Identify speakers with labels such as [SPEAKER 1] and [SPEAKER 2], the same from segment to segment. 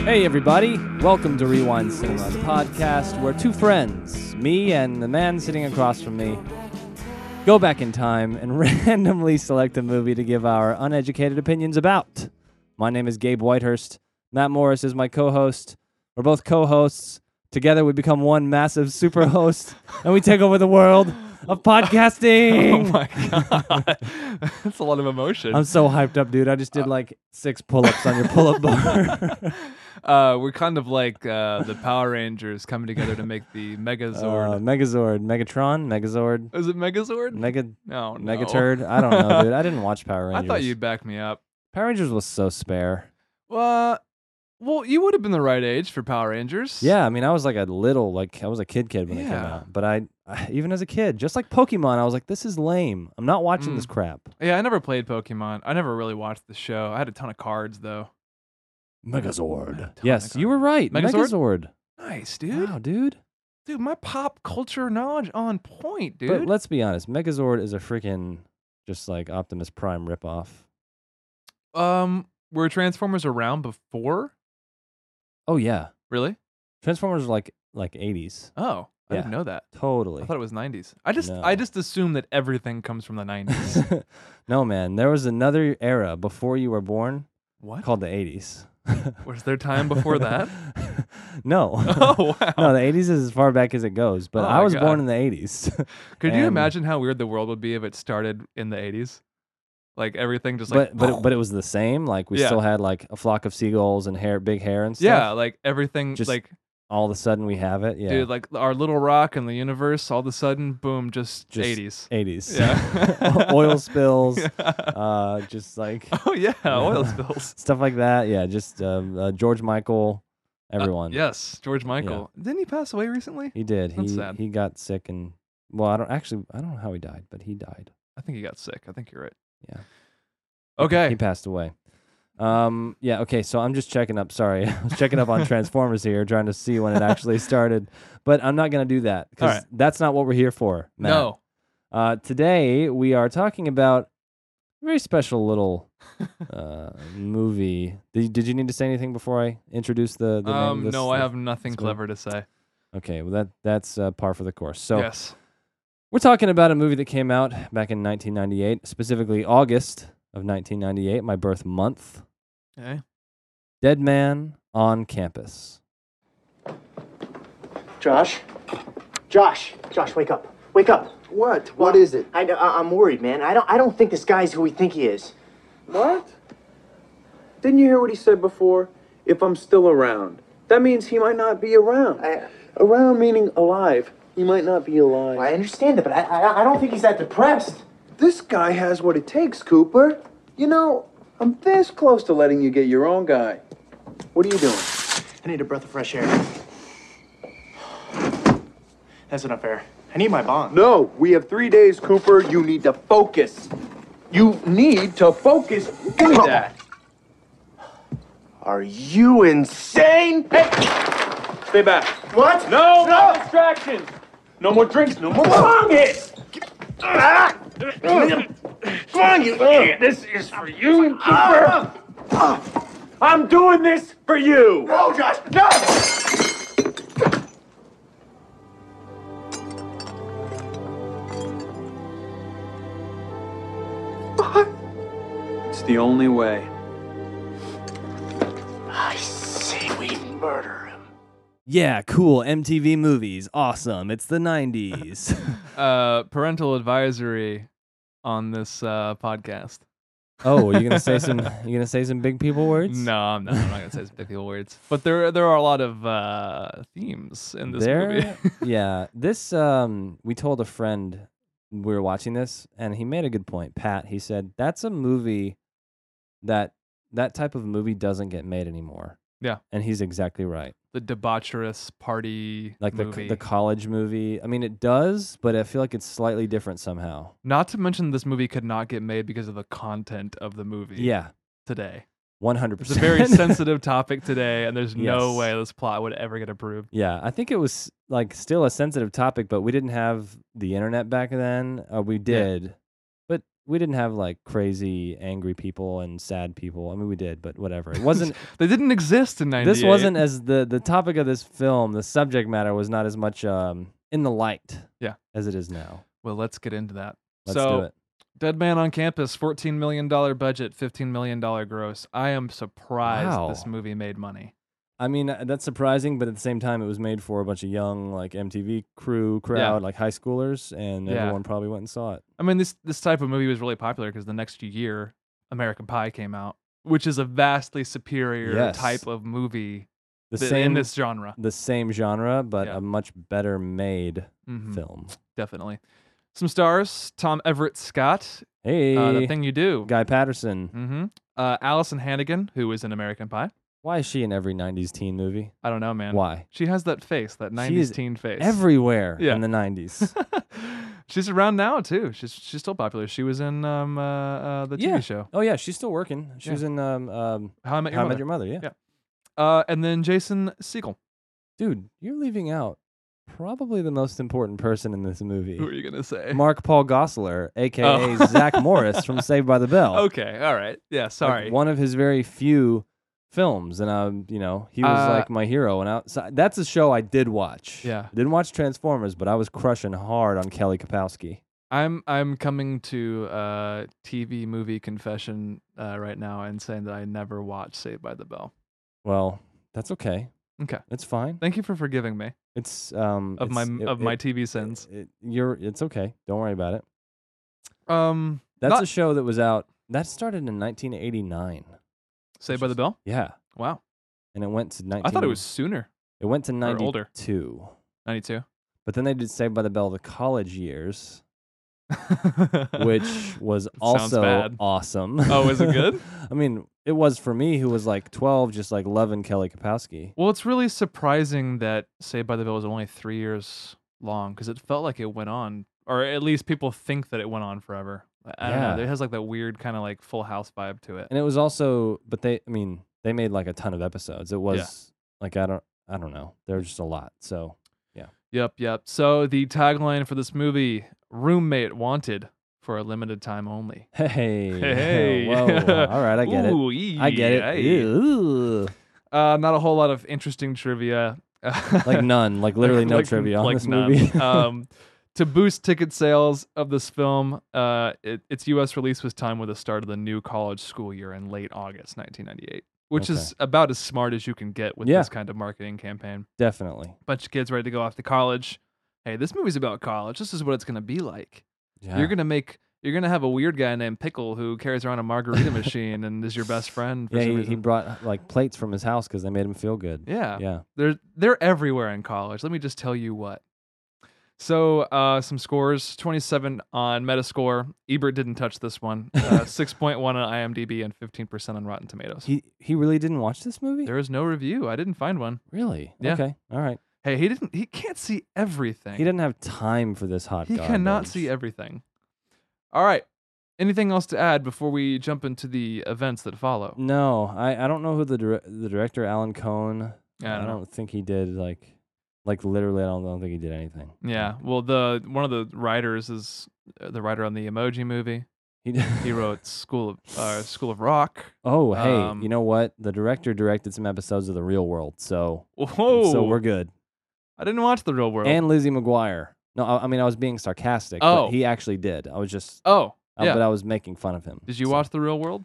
[SPEAKER 1] Hey, everybody. Welcome to Rewind Cinema, the podcast where two friends, me and the man sitting across from me, go back in time and randomly select a movie to give our uneducated opinions about. My name is Gabe Whitehurst. Matt Morris is my co host. We're both co hosts. Together, we become one massive super host, and we take over the world of
[SPEAKER 2] Oh
[SPEAKER 1] podcasting.
[SPEAKER 2] my god, that's a lot of emotion.
[SPEAKER 1] I'm so hyped up, dude. I just did like six pull ups on your pull up bar.
[SPEAKER 2] Uh, we're kind of like uh, the Power Rangers coming together to make the
[SPEAKER 1] Uh,
[SPEAKER 2] Megazord.
[SPEAKER 1] Megazord, Megatron, Megazord,
[SPEAKER 2] Is it Megazord?
[SPEAKER 1] Mega
[SPEAKER 2] no, no.
[SPEAKER 1] Megaturd. I don't know, dude. I didn't watch Power
[SPEAKER 2] I
[SPEAKER 1] Rangers.
[SPEAKER 2] thought you'd back me up.
[SPEAKER 1] Power Rangers was so spare.
[SPEAKER 2] Well, well, you would have been the right age for Power Rangers.
[SPEAKER 1] Yeah, I mean, I was like a little, like I was a kid kid when it came
[SPEAKER 2] Yeah.
[SPEAKER 1] out. But I, I, even as a kid, just like Pokemon, I was like, this is lame. I'm not watching this
[SPEAKER 2] Mm.
[SPEAKER 1] crap.
[SPEAKER 2] Yeah, I never played Pokemon. I never really watched the show. I had a ton of cards though.
[SPEAKER 1] Megazord.
[SPEAKER 2] Totally
[SPEAKER 1] Yes, you were right.
[SPEAKER 2] Megazord?
[SPEAKER 1] Megazord.
[SPEAKER 2] Nice, dude.
[SPEAKER 1] Wow, dude.
[SPEAKER 2] Dude, my pop culture knowledge on point, dude.
[SPEAKER 1] But let's be honest, Megazord is a freaking just like Optimus Prime ripoff.
[SPEAKER 2] um, were Transformers around before?
[SPEAKER 1] Oh yeah,
[SPEAKER 2] Really?
[SPEAKER 1] Transformers are like like 80s.
[SPEAKER 2] Oh, I didn't
[SPEAKER 1] Yeah.
[SPEAKER 2] know that.
[SPEAKER 1] Totally.
[SPEAKER 2] I thought it was 90s. I just I
[SPEAKER 1] No.
[SPEAKER 2] just assume that everything comes from the 90s.
[SPEAKER 1] no man, there was another era before you were born
[SPEAKER 2] what?
[SPEAKER 1] called the 80s.
[SPEAKER 2] Was there time before that?
[SPEAKER 1] no.
[SPEAKER 2] oh wow.
[SPEAKER 1] No, the 80s is as far back as it goes, but
[SPEAKER 2] Oh
[SPEAKER 1] I
[SPEAKER 2] my
[SPEAKER 1] was
[SPEAKER 2] God.
[SPEAKER 1] born in the 80s.
[SPEAKER 2] Could you
[SPEAKER 1] and-
[SPEAKER 2] imagine how weird the world would be if it started in the 80s? Like everything just like oh.
[SPEAKER 1] but but it, but it was the same. Like we
[SPEAKER 2] Yeah.
[SPEAKER 1] still had like a flock of seagulls and hair, big hair and stuff.
[SPEAKER 2] yeah, like everything
[SPEAKER 1] Just-
[SPEAKER 2] like
[SPEAKER 1] All of a sudden we have it. Yeah.
[SPEAKER 2] dude, like our little rock in the universe all of a sudden boom just,
[SPEAKER 1] Just-
[SPEAKER 2] 80s.
[SPEAKER 1] 80s.
[SPEAKER 2] Yeah.
[SPEAKER 1] Oil spills.
[SPEAKER 2] Yeah.
[SPEAKER 1] Uh, just like
[SPEAKER 2] oh yeah, oil spills.
[SPEAKER 1] stuff like that. Yeah. Just um, uh, George Michael.
[SPEAKER 2] Uh,
[SPEAKER 1] Everyone.
[SPEAKER 2] yes, George Michael. Didn't he pass away recently?
[SPEAKER 1] He did.
[SPEAKER 2] That's
[SPEAKER 1] he
[SPEAKER 2] sad.
[SPEAKER 1] he got sick and well, I don't actually I don't know how he died, but he died.
[SPEAKER 2] I think he got sick. I think you're right.
[SPEAKER 1] Yeah.
[SPEAKER 2] Okay.
[SPEAKER 1] He passed away. Um yeah, okay, so I'm just checking up, sorry. I was checking up on Transformers here trying to see when it actually started, but I'm not going to do that cuz
[SPEAKER 2] All right.
[SPEAKER 1] that's not what we're here for. Matt.
[SPEAKER 2] no.
[SPEAKER 1] Uh today we are talking about a very special little uh movie. Did, did you need to say anything before I introduce the the name
[SPEAKER 2] Um,
[SPEAKER 1] of this-
[SPEAKER 2] no, I have nothing
[SPEAKER 1] this movie?
[SPEAKER 2] clever to say.
[SPEAKER 1] Okay, well that that's uh, par for the course. So
[SPEAKER 2] yes.
[SPEAKER 1] We're talking about a movie that came out back in 1998, specifically August of 1998, my birth month.
[SPEAKER 2] Okay.
[SPEAKER 1] Dead Man on Campus.
[SPEAKER 3] Josh? Josh, Josh, wake up. Wake up.
[SPEAKER 4] What? What is it?
[SPEAKER 3] I, I, am worried, man. I don't, I don't think this guy's who we think he is.
[SPEAKER 4] What? Didn't you hear what he said before? If I'm still around. That means he might not be around.
[SPEAKER 3] I-
[SPEAKER 4] Around meaning alive. He might not be alive.
[SPEAKER 3] I understand that, but I, I, I don't think he's that depressed.
[SPEAKER 4] This guy has what it takes, Cooper. You know, I'm this close to letting you get your own guy. What are you doing?
[SPEAKER 3] I need a breath of fresh air. That's enough air. I need my bong.
[SPEAKER 4] No, we have three days, Cooper. You need to focus. You need to focus. Do that.
[SPEAKER 3] Are you insane? Hey,
[SPEAKER 4] Stay back.
[SPEAKER 3] what?
[SPEAKER 4] No, no distractions. No more drinks. No more bong hits. Ah! Come on, you idiot. This is for you and Cooper. I'm doing this for you.
[SPEAKER 3] No, Josh, no!
[SPEAKER 4] It's the only way.
[SPEAKER 3] I say we murder him.
[SPEAKER 1] Yeah, cool. MTV movies. Awesome. It's the 90s.
[SPEAKER 2] Uh, parental advisory on this uh, podcast.
[SPEAKER 1] oh, you going to say some you going to say some big people words?
[SPEAKER 2] No, I'm not. I'm not gonna say some difficult words, but there there are a lot of uh, themes in this movie.
[SPEAKER 1] There yeah. This um we told a friend we were watching this and he made a good point. Pat, he said, "That's a movie that that type of movie doesn't get made anymore."
[SPEAKER 2] Yeah.
[SPEAKER 1] And he's exactly right.
[SPEAKER 2] the debaucherous party,
[SPEAKER 1] like the,
[SPEAKER 2] movie.
[SPEAKER 1] co- the college movie. I mean, it does, but I feel like it's slightly different somehow.
[SPEAKER 2] not to mention this movie could not get made because of the content of the movie.
[SPEAKER 1] Yeah,
[SPEAKER 2] today
[SPEAKER 1] one hundred
[SPEAKER 2] it's a
[SPEAKER 1] percent.
[SPEAKER 2] very sensitive topic today, and there's no
[SPEAKER 1] Yes.
[SPEAKER 2] way this plot would ever get approved.
[SPEAKER 1] yeah, I think it was like still a sensitive topic, but we didn't have the internet back then. Uh, we did, but we didn't have like crazy angry people and sad people. I mean, we did, but whatever. It wasn't.
[SPEAKER 2] They didn't exist in '98.
[SPEAKER 1] this wasn't as the the topic of this film. The subject matter was not as much um in the light.
[SPEAKER 2] Yeah.
[SPEAKER 1] As it is now.
[SPEAKER 2] Well, let's get into that.
[SPEAKER 1] Let's
[SPEAKER 2] so,
[SPEAKER 1] do it.
[SPEAKER 2] Dead Man on Campus, $14 million budget, $15 million gross. I am surprised this
[SPEAKER 1] Wow.
[SPEAKER 2] movie made money.
[SPEAKER 1] I mean, uh, that's surprising, but at the same time, it was made for a bunch of young like MTV crew crowd, like high schoolers, and
[SPEAKER 2] Yeah.
[SPEAKER 1] everyone probably went and saw it.
[SPEAKER 2] I mean, this this type of movie was really popular because the next year, American Pie came out, which is a vastly superior
[SPEAKER 1] Yes.
[SPEAKER 2] type of movie
[SPEAKER 1] The
[SPEAKER 2] th-
[SPEAKER 1] same
[SPEAKER 2] in this genre.
[SPEAKER 1] the same genre, but
[SPEAKER 2] Yeah.
[SPEAKER 1] a much better made
[SPEAKER 2] Mhm,
[SPEAKER 1] film.
[SPEAKER 2] Definitely. Some stars Tom Everett Scott,
[SPEAKER 1] Hey,
[SPEAKER 2] uh, The Thing You Do.
[SPEAKER 1] Guy Patterson.
[SPEAKER 2] Mm-hmm. Uh, Allison Hannigan, who is in American Pie.
[SPEAKER 1] Why is she in every '90s teen movie?
[SPEAKER 2] I don't know, man.
[SPEAKER 1] Why?
[SPEAKER 2] She has that face, that 90s
[SPEAKER 1] is
[SPEAKER 2] teen face.
[SPEAKER 1] Everywhere
[SPEAKER 2] Yeah.
[SPEAKER 1] in the '90s.
[SPEAKER 2] she's around now too. She's she's still popular. She was in um uh, uh the TV
[SPEAKER 1] Yeah.
[SPEAKER 2] show
[SPEAKER 1] oh yeah, she's still working. She
[SPEAKER 2] Yeah.
[SPEAKER 1] was in um, um
[SPEAKER 2] How I Met Your
[SPEAKER 1] How I
[SPEAKER 2] Mother.
[SPEAKER 1] Met Your Mother. Yeah.
[SPEAKER 2] Yeah. uh, and then Jason Segel.
[SPEAKER 1] dude, you're leaving out probably the most important person in this
[SPEAKER 2] Who are
[SPEAKER 1] movie.
[SPEAKER 2] you gonna say?
[SPEAKER 1] Mark Paul Gosselaar, aka
[SPEAKER 2] Oh.
[SPEAKER 1] Zach Morris from Saved by the Bell.
[SPEAKER 2] okay, all right. Yeah,
[SPEAKER 1] like,
[SPEAKER 2] sorry.
[SPEAKER 1] one of his very few films, and um, you know, he was
[SPEAKER 2] Uh,
[SPEAKER 1] like my hero. And outside, that's a show I did watch.
[SPEAKER 2] Yeah.
[SPEAKER 1] didn't watch Transformers, but I was crushing hard on Kelly Kapowski.
[SPEAKER 2] I'm I'm coming to uh TV movie confession uh, right now and saying that I never watched Saved by the Bell.
[SPEAKER 1] Well, that's okay.
[SPEAKER 2] Okay.
[SPEAKER 1] It's fine.
[SPEAKER 2] Thank you for forgiving me
[SPEAKER 1] It's um
[SPEAKER 2] of
[SPEAKER 1] it's-
[SPEAKER 2] my
[SPEAKER 1] it-
[SPEAKER 2] of my
[SPEAKER 1] it-
[SPEAKER 2] TV sins.
[SPEAKER 1] it- you're it's okay. Don't worry about it.
[SPEAKER 2] Um,
[SPEAKER 1] That's
[SPEAKER 2] Not-
[SPEAKER 1] a show that was out. That started in 1989.
[SPEAKER 2] Saved by the Bell.
[SPEAKER 1] Yeah,
[SPEAKER 2] Wow,
[SPEAKER 1] and it went to 19.
[SPEAKER 2] I thought it was sooner.
[SPEAKER 1] It went to
[SPEAKER 2] or older.
[SPEAKER 1] 92.
[SPEAKER 2] Ninety two.
[SPEAKER 1] But then they did Saved by the Bell the college years, which was also
[SPEAKER 2] bad.
[SPEAKER 1] awesome.
[SPEAKER 2] Oh, was it good?
[SPEAKER 1] I mean, it was for me who was like 12, just like loving Kelly Kapowski.
[SPEAKER 2] Well, it's really surprising that Saved by the Bell was only three years long because it felt like it went on, or at least people think that it went on forever. I- I don't know.
[SPEAKER 1] Yeah.
[SPEAKER 2] It has like that weird kind of like Full House vibe to it.
[SPEAKER 1] And it was also, but they, I mean, they made like a ton of episodes. It was like I don't, I don't know. There was just a lot. So
[SPEAKER 2] Yep, yep. So the tagline for this movie: "Roommate wanted for a limited time only."
[SPEAKER 1] hey, hey,
[SPEAKER 2] Hey.
[SPEAKER 1] whoa, all right, I get it.
[SPEAKER 2] Ooh,
[SPEAKER 1] I get it.
[SPEAKER 2] yay.
[SPEAKER 1] Ew.
[SPEAKER 2] Uh, not a whole lot of interesting trivia.
[SPEAKER 1] Like none, like literally no
[SPEAKER 2] Like-
[SPEAKER 1] trivia on
[SPEAKER 2] like
[SPEAKER 1] this
[SPEAKER 2] none.
[SPEAKER 1] movie.
[SPEAKER 2] um, to boost ticket sales of this film, uh, it, its U.S. release was timed with the start of the new college school year in late August 1998, which is about as smart as you can get with
[SPEAKER 1] Yeah.
[SPEAKER 2] this kind of marketing campaign.
[SPEAKER 1] Definitely.
[SPEAKER 2] Bunch of kids ready to go off to college. Hey, this movie's about college. This is what it's gonna be like.
[SPEAKER 1] Yeah.
[SPEAKER 2] You're gonna make. You're gonna have a weird guy named Pickle who carries around a margarita machine and is your best friend. For
[SPEAKER 1] yeah,
[SPEAKER 2] some
[SPEAKER 1] he, he
[SPEAKER 2] reason.
[SPEAKER 1] brought like plates from his house because they made him feel good.
[SPEAKER 2] yeah.
[SPEAKER 1] Yeah.
[SPEAKER 2] they're they're everywhere in college. Let me just tell you what. So uh, some scores: twenty-seven on Metascore. Ebert didn't touch this one. Uh, Six point one on IMDb and fifteen percent on Rotten Tomatoes.
[SPEAKER 1] He he really didn't watch this movie.
[SPEAKER 2] there is no review. I didn't find one.
[SPEAKER 1] really?
[SPEAKER 2] Yeah.
[SPEAKER 1] Okay. All right.
[SPEAKER 2] Hey, he didn't. He can't see everything.
[SPEAKER 1] He didn't have time for this hot.
[SPEAKER 2] He
[SPEAKER 1] garbage.
[SPEAKER 2] cannot see everything. All right. Anything else to add before we jump into the events that follow?
[SPEAKER 1] No, I, I don't know who the dir- the director Alan Cohn.
[SPEAKER 2] Yeah, I don't know.
[SPEAKER 1] think he did like like literally. I don't, don't think he did anything.
[SPEAKER 2] Yeah. Well, the one of the writers is uh, the writer on the Emoji movie.
[SPEAKER 1] He did.
[SPEAKER 2] He wrote School of uh, School of Rock.
[SPEAKER 1] Oh hey,
[SPEAKER 2] um,
[SPEAKER 1] you know what? The director directed some episodes of The Real World, so
[SPEAKER 2] Whoa!
[SPEAKER 1] so we're good.
[SPEAKER 2] I didn't watch the Real World.
[SPEAKER 1] And Lizzie McGuire. No, I, I mean I was being sarcastic.
[SPEAKER 2] Oh.
[SPEAKER 1] but he actually did. I was just,
[SPEAKER 2] oh,
[SPEAKER 1] uh,
[SPEAKER 2] yeah.
[SPEAKER 1] but I was making fun of him.
[SPEAKER 2] Did you
[SPEAKER 1] so.
[SPEAKER 2] watch the Real World?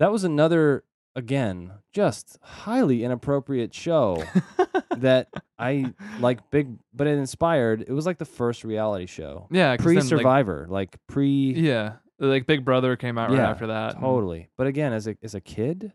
[SPEAKER 1] That was another, again, just highly inappropriate show that I like big, but it inspired. It was like the first reality show,
[SPEAKER 2] Yeah, 'cause then,
[SPEAKER 1] pre
[SPEAKER 2] like-
[SPEAKER 1] Survivor, like, pre,
[SPEAKER 2] yeah, like Big Brother came out right
[SPEAKER 1] Yeah,
[SPEAKER 2] after that. and-
[SPEAKER 1] totally. But again, as a as a kid,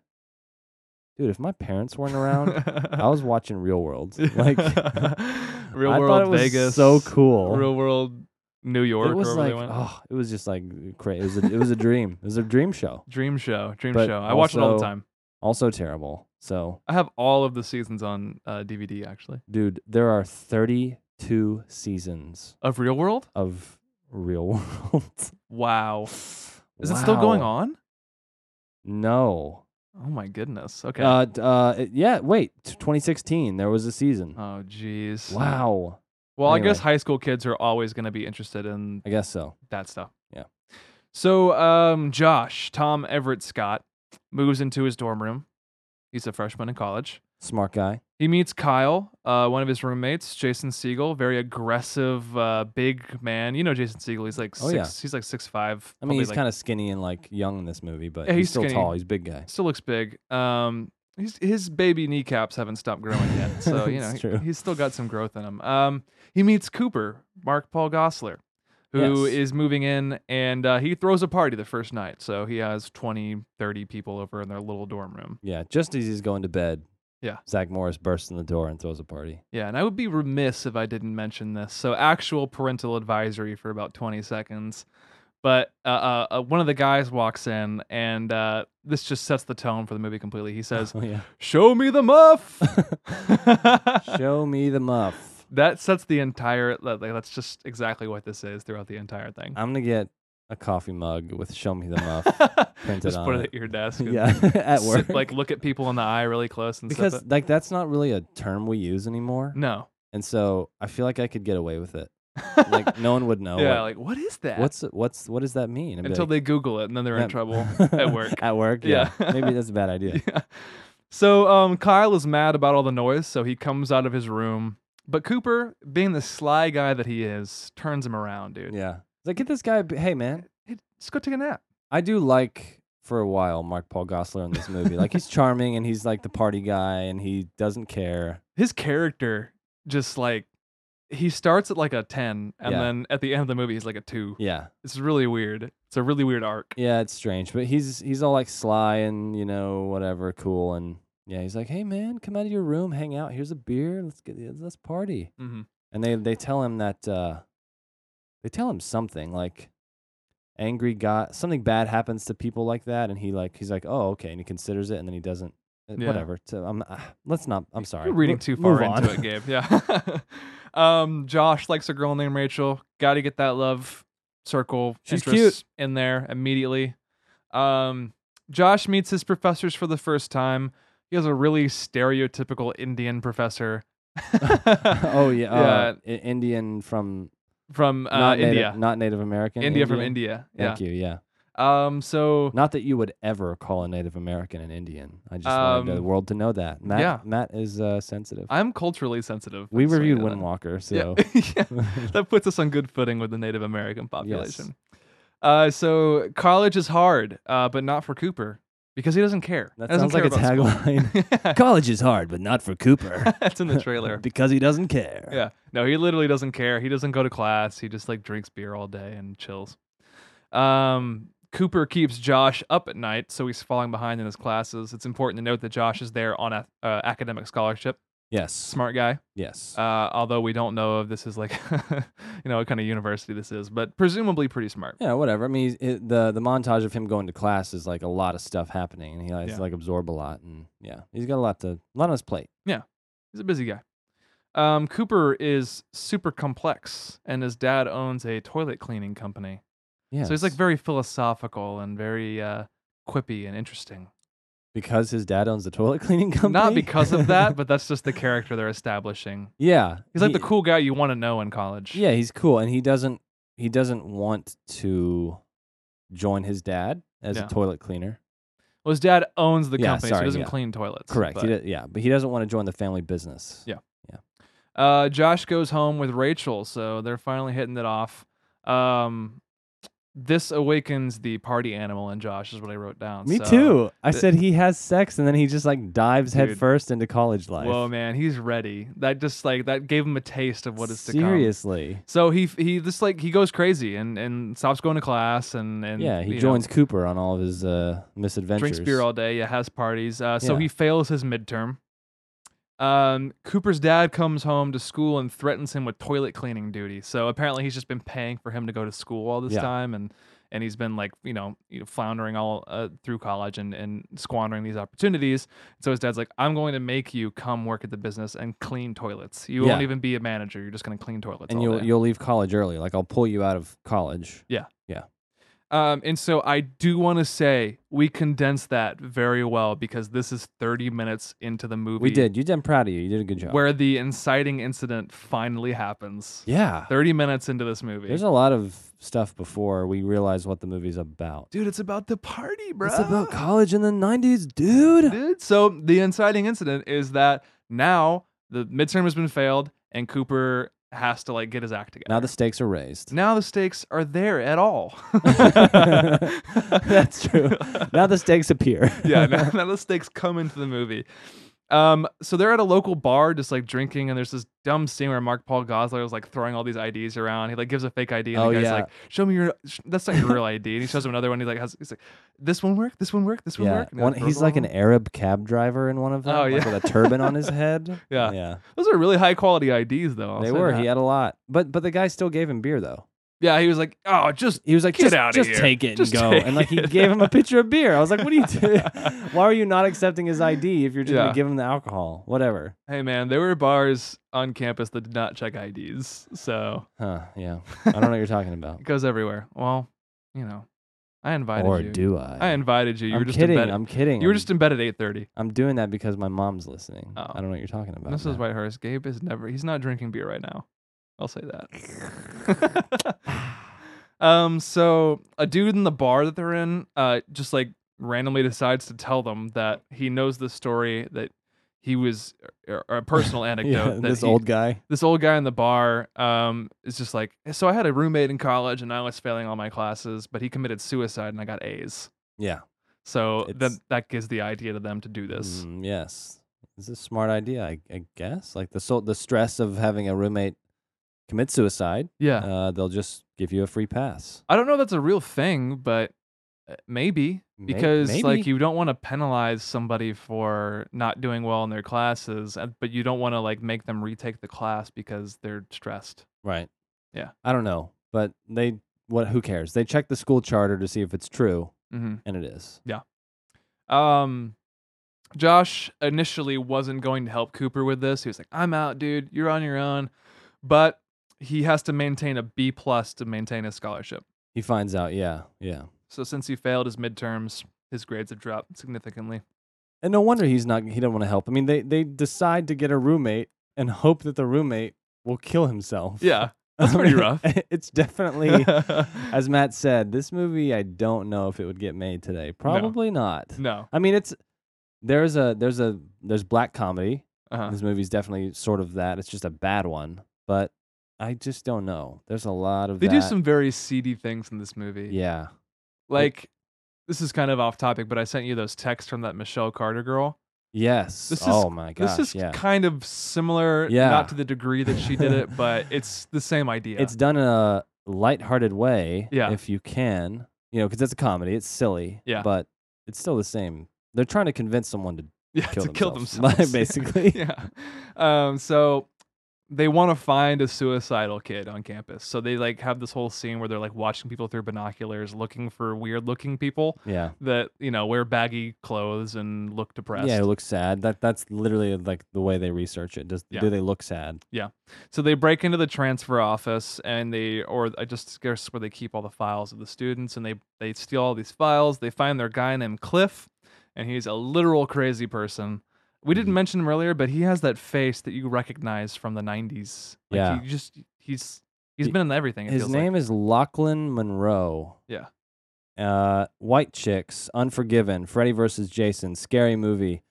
[SPEAKER 1] dude, if my parents weren't around, I was watching Real World. Like,
[SPEAKER 2] Real
[SPEAKER 1] I thought
[SPEAKER 2] World
[SPEAKER 1] it was
[SPEAKER 2] Vegas,
[SPEAKER 1] so cool.
[SPEAKER 2] Real World New York,
[SPEAKER 1] it was
[SPEAKER 2] or
[SPEAKER 1] like,
[SPEAKER 2] they went.
[SPEAKER 1] oh, it was just like crazy. It was a, it was a dream. It was a dream show.
[SPEAKER 2] Dream Show, Dream
[SPEAKER 1] but
[SPEAKER 2] Show. I watch it all the
[SPEAKER 1] also-
[SPEAKER 2] time.
[SPEAKER 1] Also terrible. So,
[SPEAKER 2] I have all of the seasons on uh, DVD actually
[SPEAKER 1] dude, there are thirty two seasons
[SPEAKER 2] of Real World.
[SPEAKER 1] of Real World.
[SPEAKER 2] Wow, is it still going
[SPEAKER 1] Wow.
[SPEAKER 2] on?
[SPEAKER 1] No.
[SPEAKER 2] Oh my goodness. Okay.
[SPEAKER 1] Uh, d- uh, it- yeah. Wait, t- 2016. There was a season.
[SPEAKER 2] oh jeez.
[SPEAKER 1] Wow.
[SPEAKER 2] Well, I guess
[SPEAKER 1] Anyway.
[SPEAKER 2] high school kids are always going to be interested in
[SPEAKER 1] I guess so.
[SPEAKER 2] that stuff.
[SPEAKER 1] Yeah.
[SPEAKER 2] So, um, Josh, Tom Everett Scott, moves into his dorm room. He's a freshman in college.
[SPEAKER 1] Smart guy.
[SPEAKER 2] He meets Kyle, uh, one of his roommates, Jason Siegel, very aggressive, uh, big man. You know Jason Siegel. He's like six.
[SPEAKER 1] Oh, yeah.
[SPEAKER 2] He's like six five.
[SPEAKER 1] I mean, he's kind of skinny and like young in this movie, but
[SPEAKER 2] Yeah,
[SPEAKER 1] he's,
[SPEAKER 2] he's
[SPEAKER 1] still
[SPEAKER 2] skinny.
[SPEAKER 1] tall. He's a big guy.
[SPEAKER 2] still looks big. Um, his his baby kneecaps haven't stopped growing yet, so you know
[SPEAKER 1] It's
[SPEAKER 2] he-
[SPEAKER 1] true.
[SPEAKER 2] he's still got some growth in him. Um, he meets Cooper, Mark Paul Gossler, who is
[SPEAKER 1] Yes.
[SPEAKER 2] moving in, and uh, he throws a party the first night. So he has 20, 30 people over in their little dorm room.
[SPEAKER 1] Yeah, just as he's going to bed,
[SPEAKER 2] Yeah.
[SPEAKER 1] Zach Morris bursts in the door and throws a party.
[SPEAKER 2] Yeah, and I would be remiss if I didn't mention this. So actual parental advisory for about twenty seconds. But uh, uh, uh, one of the guys walks in, and uh, this just sets the tone for the movie completely. He says,
[SPEAKER 1] Oh yeah,
[SPEAKER 2] "Show me the muff."
[SPEAKER 1] show me the muff.
[SPEAKER 2] that sets the entire like, like, that's just exactly what this is throughout the entire thing
[SPEAKER 1] I'm gonna get a coffee mug with "Show me the muff" printed
[SPEAKER 2] just
[SPEAKER 1] on
[SPEAKER 2] put it
[SPEAKER 1] it.
[SPEAKER 2] at your desk and
[SPEAKER 1] yeah, at
[SPEAKER 2] sit-
[SPEAKER 1] work.
[SPEAKER 2] like look at people in the eye really close and
[SPEAKER 1] because
[SPEAKER 2] stuff Mm.
[SPEAKER 1] like that's not really a term we use anymore,
[SPEAKER 2] no
[SPEAKER 1] and so I feel like I could get away with it. Like no one would know.
[SPEAKER 2] yeah
[SPEAKER 1] like,
[SPEAKER 2] like what is that
[SPEAKER 1] what's what's what does that mean? And be
[SPEAKER 2] until
[SPEAKER 1] like,
[SPEAKER 2] they google it and then they're
[SPEAKER 1] "Yeah."
[SPEAKER 2] in trouble at work
[SPEAKER 1] at work, yeah.
[SPEAKER 2] Yeah.
[SPEAKER 1] Maybe that's a bad idea.
[SPEAKER 2] yeah. So um, Kyle is mad about all the noise, so he comes out of his room. But Cooper, being the sly guy that he is, turns him around, dude.
[SPEAKER 1] Yeah, it's like get this guy. a b- Hey man,
[SPEAKER 2] Hey, just go take a nap.
[SPEAKER 1] I do like for a while Mark Paul Gosselaar in this movie. like he's charming and he's like the party guy and he doesn't care.
[SPEAKER 2] His character just like he starts at like a ten, and
[SPEAKER 1] Yeah.
[SPEAKER 2] then at the end of the movie, he's like a two.
[SPEAKER 1] Yeah.
[SPEAKER 2] It's really weird. It's a really weird arc.
[SPEAKER 1] Yeah, it's strange, but he's he's all like sly and you know whatever, cool and yeah, he's like, "Hey man, come out of your room, hang out. Here's a beer. Let's get let's party."
[SPEAKER 2] Mm-hmm.
[SPEAKER 1] And they they tell him that uh they tell him something like angry guy something bad happens to people like that and he like he's like, "Oh, okay." And he considers it and then he doesn't uh,
[SPEAKER 2] Yeah.
[SPEAKER 1] Whatever. So I'm. Uh, let's not. I'm sorry.
[SPEAKER 2] You're reading
[SPEAKER 1] Mo-
[SPEAKER 2] too
[SPEAKER 1] move
[SPEAKER 2] far
[SPEAKER 1] on.
[SPEAKER 2] into it, Gabe. Yeah. um, Josh likes a girl named Rachel. Got to get that love circle
[SPEAKER 1] She's cute.
[SPEAKER 2] interest in there immediately. Um, Josh meets his professors for the first time. He has a really stereotypical Indian professor.
[SPEAKER 1] oh yeah, uh,
[SPEAKER 2] Yeah.
[SPEAKER 1] I- Indian from
[SPEAKER 2] from uh,
[SPEAKER 1] not
[SPEAKER 2] India.
[SPEAKER 1] Native, not Native American.
[SPEAKER 2] India from
[SPEAKER 1] Indian?
[SPEAKER 2] India. Yeah.
[SPEAKER 1] Thank you. Yeah.
[SPEAKER 2] Um, so
[SPEAKER 1] Not that you would ever call a Native American an Indian. I just wanted the
[SPEAKER 2] Um,
[SPEAKER 1] world to know that. Matt,
[SPEAKER 2] yeah.
[SPEAKER 1] Matt is uh, sensitive.
[SPEAKER 2] I'm culturally sensitive.
[SPEAKER 1] we
[SPEAKER 2] so you
[SPEAKER 1] reviewed
[SPEAKER 2] know
[SPEAKER 1] Wind
[SPEAKER 2] that.
[SPEAKER 1] Walker, so
[SPEAKER 2] Yeah. yeah. That puts us on good footing with the Native American population. Uh, so college is hard, uh, but not for Cooper because he doesn't care.
[SPEAKER 1] that
[SPEAKER 2] He doesn't
[SPEAKER 1] sounds like a
[SPEAKER 2] care about
[SPEAKER 1] tagline.
[SPEAKER 2] school.
[SPEAKER 1] College is hard, but not for Cooper
[SPEAKER 2] That's in the trailer.
[SPEAKER 1] because he doesn't care.
[SPEAKER 2] yeah. No, he literally doesn't care. He doesn't go to class. He just like drinks beer all day and chills. Um, Cooper keeps Josh up at night, so he's falling behind in his classes. It's important to note that Josh is there on a, uh, academic scholarship.
[SPEAKER 1] Yes.
[SPEAKER 2] Smart guy.
[SPEAKER 1] Yes.
[SPEAKER 2] Uh, although we don't know if this is like, you know, what kind of university this is, but presumably pretty smart.
[SPEAKER 1] yeah, whatever. I mean, he's- it, the the montage of him going to class is like a lot of stuff happening, and he likes
[SPEAKER 2] Yeah.
[SPEAKER 1] to like absorb a lot, and yeah, he's got a lot to a lot on his plate.
[SPEAKER 2] He's a busy guy. Um, Cooper is super complex, and his dad owns a toilet cleaning company.
[SPEAKER 1] Yeah.
[SPEAKER 2] So he's like very philosophical and very uh, quippy and interesting.
[SPEAKER 1] because his dad owns the toilet cleaning company.
[SPEAKER 2] Not because of that, but that's just the character they're establishing.
[SPEAKER 1] yeah,
[SPEAKER 2] He's like the
[SPEAKER 1] he-
[SPEAKER 2] cool guy you want to know in college.
[SPEAKER 1] Yeah, he's cool, and he doesn't he doesn't want to join his dad as
[SPEAKER 2] No.
[SPEAKER 1] a toilet cleaner.
[SPEAKER 2] Well, his dad owns the
[SPEAKER 1] Yeah,
[SPEAKER 2] company, so
[SPEAKER 1] sorry,
[SPEAKER 2] he doesn't
[SPEAKER 1] yeah.
[SPEAKER 2] clean toilets.
[SPEAKER 1] Correct.
[SPEAKER 2] but-
[SPEAKER 1] he do- yeah, but he doesn't want to join the family business.
[SPEAKER 2] Yeah. Uh, Josh goes home with Rachel, so they're finally hitting it off. Um, this awakens the party animal in Josh, is what I wrote down.
[SPEAKER 1] Me
[SPEAKER 2] so-
[SPEAKER 1] too. I
[SPEAKER 2] th-
[SPEAKER 1] said he has sex, and then he just like dives
[SPEAKER 2] Dude.
[SPEAKER 1] headfirst into college life.
[SPEAKER 2] Whoa, man, he's ready. That just like that gave him a taste of what is to come.
[SPEAKER 1] Seriously.
[SPEAKER 2] So he he just like he goes crazy and and stops going to class and and
[SPEAKER 1] Yeah, he
[SPEAKER 2] you know,
[SPEAKER 1] joins Cooper on all of his uh, misadventures.
[SPEAKER 2] drinks beer all day. Yeah, has parties. Uh, so
[SPEAKER 1] Yeah.
[SPEAKER 2] he fails his midterm. Um, Cooper's dad comes home to school and threatens him with toilet cleaning duty. So apparently he's just been paying for him to go to school all this
[SPEAKER 1] Yeah.
[SPEAKER 2] time, and and he's been like you know you know, floundering all uh, through college and and squandering these opportunities. So his dad's like, I'm going to make you come work at the business and clean toilets. You
[SPEAKER 1] Yeah.
[SPEAKER 2] won't even be a manager. You're just going to clean toilets.
[SPEAKER 1] and
[SPEAKER 2] all
[SPEAKER 1] you'll
[SPEAKER 2] day."
[SPEAKER 1] you'll leave college early. Like I'll pull you out of college.
[SPEAKER 2] Um, and so I do want to say we condensed that very well because this is 30 minutes into the movie.
[SPEAKER 1] We did. You did. I'm proud of you. You did a good job.
[SPEAKER 2] Where the inciting incident finally happens.
[SPEAKER 1] Yeah.
[SPEAKER 2] 30 minutes into this movie.
[SPEAKER 1] There's a lot of stuff before we realize what the movie's about.
[SPEAKER 2] Dude, it's about the party, bro.
[SPEAKER 1] It's about college in the 90s, dude.
[SPEAKER 2] dude. So the inciting incident is that now the midterm has been failed, and Cooper has to like get his act together.
[SPEAKER 1] Now the stakes are raised.
[SPEAKER 2] Now the stakes are there at all.
[SPEAKER 1] That's true. Now the stakes appear.
[SPEAKER 2] yeah, now, now the stakes come into the movie. Um, so they're at a local bar, just like drinking, and there's this dumb scene where Mark Paul Gosler is like throwing all these IDs around. He like gives a fake ID, and
[SPEAKER 1] Oh,
[SPEAKER 2] the guy's
[SPEAKER 1] yeah.
[SPEAKER 2] like, "Show me your. Sh- that's not your real ID." And he shows him another one. He like has. He's like, "This one work. This one work. This one
[SPEAKER 1] Yeah,
[SPEAKER 2] work." And he,
[SPEAKER 1] one,
[SPEAKER 2] throws
[SPEAKER 1] he's
[SPEAKER 2] all
[SPEAKER 1] like an
[SPEAKER 2] of them.
[SPEAKER 1] Arab cab driver in one of them,
[SPEAKER 2] Oh,
[SPEAKER 1] like
[SPEAKER 2] yeah.
[SPEAKER 1] with a turban on his head.
[SPEAKER 2] Yeah.
[SPEAKER 1] yeah,
[SPEAKER 2] Those are really high quality IDs, though. I'll
[SPEAKER 1] they
[SPEAKER 2] say
[SPEAKER 1] were.
[SPEAKER 2] that.
[SPEAKER 1] He had a lot, but but the guy still gave him beer though.
[SPEAKER 2] yeah, he was like, "Oh, just
[SPEAKER 1] He was like,
[SPEAKER 2] Get
[SPEAKER 1] just,
[SPEAKER 2] outta
[SPEAKER 1] just
[SPEAKER 2] here.
[SPEAKER 1] take it
[SPEAKER 2] Just
[SPEAKER 1] and go.
[SPEAKER 2] take
[SPEAKER 1] And like he
[SPEAKER 2] it.
[SPEAKER 1] gave him a pitcher of beer. I was like, what are you doing? Why are you not accepting his ID if you're just
[SPEAKER 2] Yeah.
[SPEAKER 1] gonna give him the alcohol? Whatever.
[SPEAKER 2] hey, man, there were bars on campus that did not check IDs, so
[SPEAKER 1] Huh? Yeah. I don't know what you're talking about.
[SPEAKER 2] it goes everywhere." Well, you know, I invited
[SPEAKER 1] Or
[SPEAKER 2] you.
[SPEAKER 1] do I?
[SPEAKER 2] I invited you. You
[SPEAKER 1] I'm
[SPEAKER 2] were just
[SPEAKER 1] kidding.
[SPEAKER 2] in bed.
[SPEAKER 1] I'm kidding.
[SPEAKER 2] you were
[SPEAKER 1] I'm-
[SPEAKER 2] just in bed at eight thirty.
[SPEAKER 1] I'm doing that because my mom's listening.
[SPEAKER 2] Oh.
[SPEAKER 1] I don't know what you're talking about.
[SPEAKER 2] Mrs.
[SPEAKER 1] man.
[SPEAKER 2] Whitehurst, Gabe is never. He's not drinking beer right now. I'll say that. um. So a dude in the bar that they're in, uh, just like randomly decides to tell them that he knows this story that he was or, or a personal anecdote
[SPEAKER 1] Yeah,
[SPEAKER 2] that
[SPEAKER 1] this
[SPEAKER 2] he-
[SPEAKER 1] old guy.
[SPEAKER 2] this old guy in the bar um, is just like so i had a roommate in college and i was failing all my classes but he committed suicide and i got a's
[SPEAKER 1] Yeah.
[SPEAKER 2] so then
[SPEAKER 1] It's-
[SPEAKER 2] that gives the idea to them to do this
[SPEAKER 1] Mm, yes. It's a smart idea, I, I guess. Like the so, the stress of having a roommate commit suicide,
[SPEAKER 2] yeah
[SPEAKER 1] uh, they'll just give you a free pass.
[SPEAKER 2] I don't know if that's a real thing, but uh, maybe
[SPEAKER 1] May-
[SPEAKER 2] because like
[SPEAKER 1] maybe.
[SPEAKER 2] you don't want to penalize somebody for not doing well in their classes, uh, but you don't want to like make them retake the class because they're stressed.
[SPEAKER 1] Right.
[SPEAKER 2] Yeah.
[SPEAKER 1] I don't know, but they what? Who cares? They check the school charter to see if it's true,
[SPEAKER 2] Mm-hmm.
[SPEAKER 1] and it is.
[SPEAKER 2] Um, Josh initially wasn't going to help Cooper with this. He was like, "I'm out, dude. You're on your own," but he has to maintain a B plus to maintain his scholarship.
[SPEAKER 1] He finds out. Yeah. Yeah.
[SPEAKER 2] So since he failed his midterms, his grades have dropped significantly.
[SPEAKER 1] And no wonder he's not. He don't want to help. I mean, they they decide to get a roommate and hope that the roommate will kill himself.
[SPEAKER 2] Yeah, that's pretty rough.
[SPEAKER 1] it's definitely. As Matt said, this movie I don't know if it would get made today. Probably not.
[SPEAKER 2] no.
[SPEAKER 1] I mean, it's there's a there's a there's black comedy.
[SPEAKER 2] Uh-huh.
[SPEAKER 1] This movie's definitely sort of that. It's just a bad one, but I just don't know. There's a lot of
[SPEAKER 2] They do
[SPEAKER 1] that.
[SPEAKER 2] some very seedy things in this movie.
[SPEAKER 1] Yeah.
[SPEAKER 2] Like, this is kind of off topic, but I sent you those texts from that Michelle Carter girl.
[SPEAKER 1] Yes.
[SPEAKER 2] This is-
[SPEAKER 1] oh my gosh.
[SPEAKER 2] this is
[SPEAKER 1] yeah.
[SPEAKER 2] kind of similar,
[SPEAKER 1] Yeah.
[SPEAKER 2] not to the degree that she did it, but it's the same idea.
[SPEAKER 1] It's done in a lighthearted way.
[SPEAKER 2] Yeah.
[SPEAKER 1] If you can, you know, because it's a comedy. It's silly.
[SPEAKER 2] Yeah.
[SPEAKER 1] But it's still the same. They're trying to convince someone to
[SPEAKER 2] yeah,
[SPEAKER 1] kill
[SPEAKER 2] to kill
[SPEAKER 1] themselves,
[SPEAKER 2] themselves.
[SPEAKER 1] basically.
[SPEAKER 2] yeah. Um, so they want to find a suicidal kid on campus. So they like have this whole scene where they're like watching people through binoculars, looking for weird looking people
[SPEAKER 1] yeah.
[SPEAKER 2] that, you know, wear baggy clothes and look depressed.
[SPEAKER 1] Yeah, it looks sad. That that's literally like the way they research it. Does
[SPEAKER 2] Yeah.
[SPEAKER 1] do they look sad?
[SPEAKER 2] So they break into the transfer office and they, or I just guess where they keep all the files of the students, and they they steal all these files. They find their guy named Cliff, and he's a literal crazy person. We
[SPEAKER 1] Mm-hmm.
[SPEAKER 2] didn't mention him earlier, but he has that face that you recognize from the '90s. Like
[SPEAKER 1] Yeah.
[SPEAKER 2] he just he's he's
[SPEAKER 1] He-
[SPEAKER 2] been in everything. It
[SPEAKER 1] His
[SPEAKER 2] feels
[SPEAKER 1] name is Lachlan Monroe.
[SPEAKER 2] Yeah.
[SPEAKER 1] Uh, White Chicks, Unforgiven, Freddy versus Jason, Scary Movie.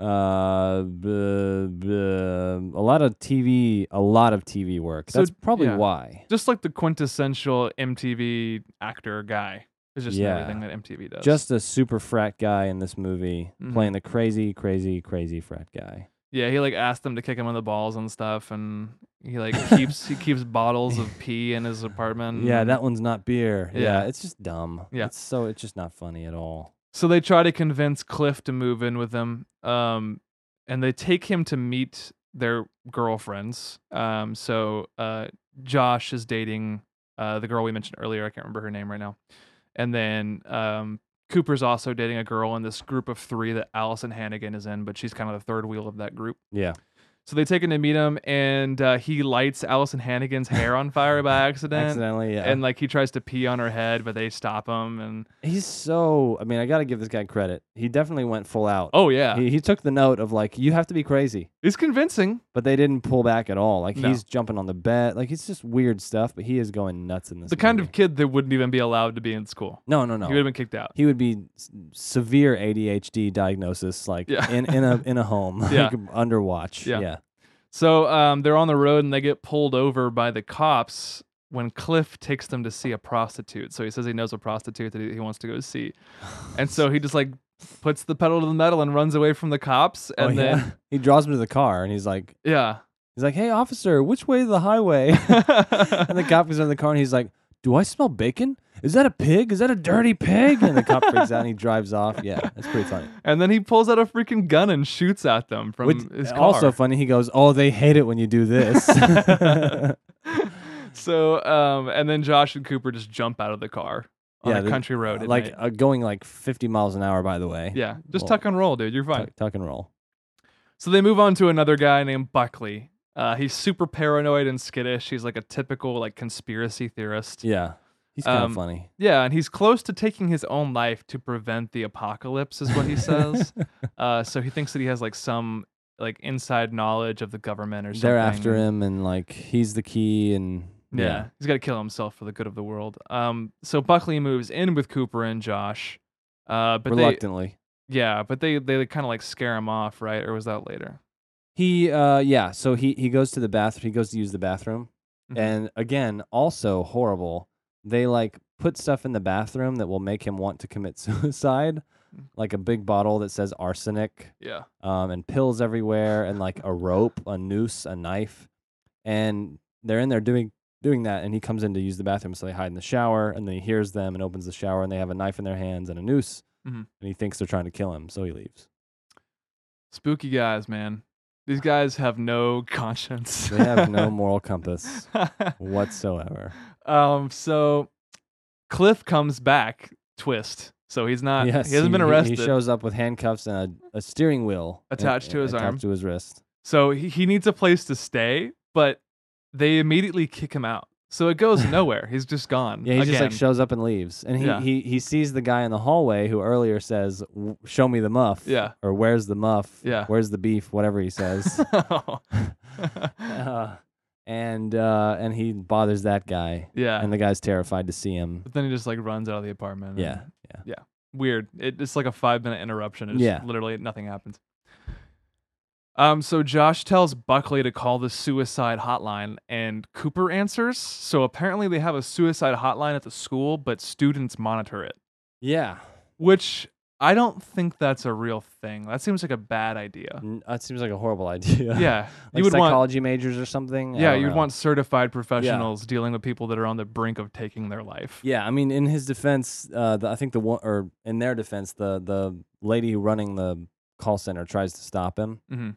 [SPEAKER 1] Uh, b- b- a lot of TV, a lot of TV work.
[SPEAKER 2] So,
[SPEAKER 1] That's probably
[SPEAKER 2] yeah.
[SPEAKER 1] why.
[SPEAKER 2] like. just like the quintessential MTV actor guy. It's just in
[SPEAKER 1] Yeah.
[SPEAKER 2] everything that MTV does.
[SPEAKER 1] Just a super frat guy in this movie,
[SPEAKER 2] Mhm.
[SPEAKER 1] playing the crazy, crazy, crazy frat guy.
[SPEAKER 2] Yeah, he like asked them to kick him in the balls and stuff, and he like keeps he keeps bottles of pee in his apartment.
[SPEAKER 1] Yeah,
[SPEAKER 2] and-
[SPEAKER 1] that one's not beer. Yeah.
[SPEAKER 2] Mm-hmm. Yeah.
[SPEAKER 1] it's just dumb.
[SPEAKER 2] Yeah.
[SPEAKER 1] it's so it's just not funny at all.
[SPEAKER 2] So they try to convince Cliff to move in with them, um, and they take him to meet their girlfriends. Um, so uh, Josh is dating uh, the girl we mentioned earlier. I can't remember her name right now. And then um, Cooper's also dating a girl in this group of three that Allison Hannigan is in, but she's kind of the third wheel of that group.
[SPEAKER 1] Yeah,
[SPEAKER 2] So they take him to meet him, and uh, he lights Allison Hannigan's hair on fire by accident.
[SPEAKER 1] Accidentally, yeah.
[SPEAKER 2] And like he tries to pee on her head, but they stop him. And
[SPEAKER 1] He's so. I mean, I got to give this guy credit. He definitely went full out.
[SPEAKER 2] oh yeah,
[SPEAKER 1] He, he took the note of like, you have to be crazy,
[SPEAKER 2] he's convincing.
[SPEAKER 1] but they didn't pull back at all. Like
[SPEAKER 2] No.
[SPEAKER 1] he's jumping on the bed, like it's just weird stuff. But he is going nuts in this.
[SPEAKER 2] The kind
[SPEAKER 1] movie.
[SPEAKER 2] of kid that wouldn't even be allowed to be in school.
[SPEAKER 1] no, no, no.
[SPEAKER 2] He would have been kicked out.
[SPEAKER 1] he would be s- severe ADHD diagnosis, like
[SPEAKER 2] Yeah.
[SPEAKER 1] in, in a in a home,
[SPEAKER 2] Yeah.
[SPEAKER 1] like under watch.
[SPEAKER 2] Yeah.
[SPEAKER 1] Yeah.
[SPEAKER 2] So um, they're on the road and they get pulled over by the cops when Cliff takes them to see a prostitute. So he says he knows a prostitute that he, he wants to go see. And so he just like puts the pedal to the metal and runs away from the cops.
[SPEAKER 1] Oh,
[SPEAKER 2] And
[SPEAKER 1] yeah.
[SPEAKER 2] then,
[SPEAKER 1] he draws him to the car, and he's like,
[SPEAKER 2] yeah.
[SPEAKER 1] he's like, hey officer, which way is the highway? and the cop goes in the car, and he's like, do I smell bacon? Is that a pig? Is that a dirty pig? And the cop freaks out, and he drives off. Yeah, that's pretty funny.
[SPEAKER 2] And then he pulls out a freaking gun and shoots at them from
[SPEAKER 1] Which
[SPEAKER 2] his car.
[SPEAKER 1] also funny. He goes, oh, they hate it when you do this.
[SPEAKER 2] so, um, and then Josh and Cooper just jump out of the car on
[SPEAKER 1] Yeah,
[SPEAKER 2] a
[SPEAKER 1] they-
[SPEAKER 2] country road. at
[SPEAKER 1] like
[SPEAKER 2] night.
[SPEAKER 1] uh, going like 50 miles an hour, by the way.
[SPEAKER 2] yeah, just
[SPEAKER 1] well,
[SPEAKER 2] tuck and roll, dude. You're fine.
[SPEAKER 1] Tuck, tuck and roll.
[SPEAKER 2] So they move on to another guy named Buckley. Uh, he's super paranoid and skittish. He's like a typical like conspiracy theorist. Yeah.
[SPEAKER 1] Yeah, he's kind of
[SPEAKER 2] Um,
[SPEAKER 1] funny.
[SPEAKER 2] and he's close to taking his own life to prevent the apocalypse, is what he says. uh, so he thinks that he has like some like inside knowledge of the government or something.
[SPEAKER 1] They're after him, and like he's the key, and
[SPEAKER 2] Yeah, he's got to kill himself for the good of the world. Um, so Buckley moves in with Cooper and Josh. Uh, but they,
[SPEAKER 1] reluctantly.
[SPEAKER 2] yeah, but they they kind of like scare him off, right? Or was that later?
[SPEAKER 1] He, uh, yeah. So he he goes to the bathroom. He goes to use the bathroom,
[SPEAKER 2] Mhm.
[SPEAKER 1] and again, also horrible. They like put stuff in the bathroom that will make him want to commit suicide, like a big bottle that says arsenic,
[SPEAKER 2] Yeah.
[SPEAKER 1] um, and pills everywhere, and like a rope, a noose, a knife, and they're in there doing doing that, and he comes in to use the bathroom, so they hide in the shower, and then he hears them and opens the shower, and they have a knife in their hands and a noose,
[SPEAKER 2] Mhm.
[SPEAKER 1] and he thinks they're trying to kill him, so he leaves.
[SPEAKER 2] Spooky guys, man. These guys have no conscience.
[SPEAKER 1] They have no moral compass whatsoever.
[SPEAKER 2] um, so Cliff comes back. Twist. So he's not.
[SPEAKER 1] yes,
[SPEAKER 2] he hasn't been
[SPEAKER 1] he-
[SPEAKER 2] arrested.
[SPEAKER 1] He shows up with handcuffs and a, a steering wheel a-
[SPEAKER 2] Attached to his
[SPEAKER 1] attached
[SPEAKER 2] arm.
[SPEAKER 1] to his wrist.
[SPEAKER 2] so he, he needs a place to stay, but they immediately kick him out. So it goes nowhere. He's just gone.
[SPEAKER 1] Yeah, he just like
[SPEAKER 2] again.
[SPEAKER 1] shows up and leaves, and he,
[SPEAKER 2] Yeah.
[SPEAKER 1] he he sees the guy in the hallway who earlier says, "W- "Show me the muff."
[SPEAKER 2] Yeah.
[SPEAKER 1] or "Where's the muff?"
[SPEAKER 2] Yeah.
[SPEAKER 1] where's the beef? Whatever he says. uh, and uh, and he bothers that guy,
[SPEAKER 2] yeah. Mm-hmm.
[SPEAKER 1] and the guy's terrified to see him.
[SPEAKER 2] but then he just like runs out of the apartment.
[SPEAKER 1] Yeah,
[SPEAKER 2] and-
[SPEAKER 1] yeah.
[SPEAKER 2] Weird. It, it's like a five minute interruption. It's
[SPEAKER 1] Yeah.
[SPEAKER 2] Literally nothing happens. Um, so Josh tells Buckley to call the suicide hotline and Cooper answers. So apparently they have a suicide hotline at the school, but students monitor it,
[SPEAKER 1] Yeah,
[SPEAKER 2] which I don't think that's a real thing. That seems like a bad idea.
[SPEAKER 1] N- that seems like a horrible idea.
[SPEAKER 2] Yeah.
[SPEAKER 1] like
[SPEAKER 2] you would want,
[SPEAKER 1] psychology majors or something. I
[SPEAKER 2] yeah,
[SPEAKER 1] don't
[SPEAKER 2] you'd
[SPEAKER 1] know.
[SPEAKER 2] want certified professionals dealing with people that are on the brink of taking their life.
[SPEAKER 1] Yeah, I mean, in his defense, uh, the, I think the one, or in their defense, the the lady who running the call center tries to stop him.
[SPEAKER 2] Mm-hmm.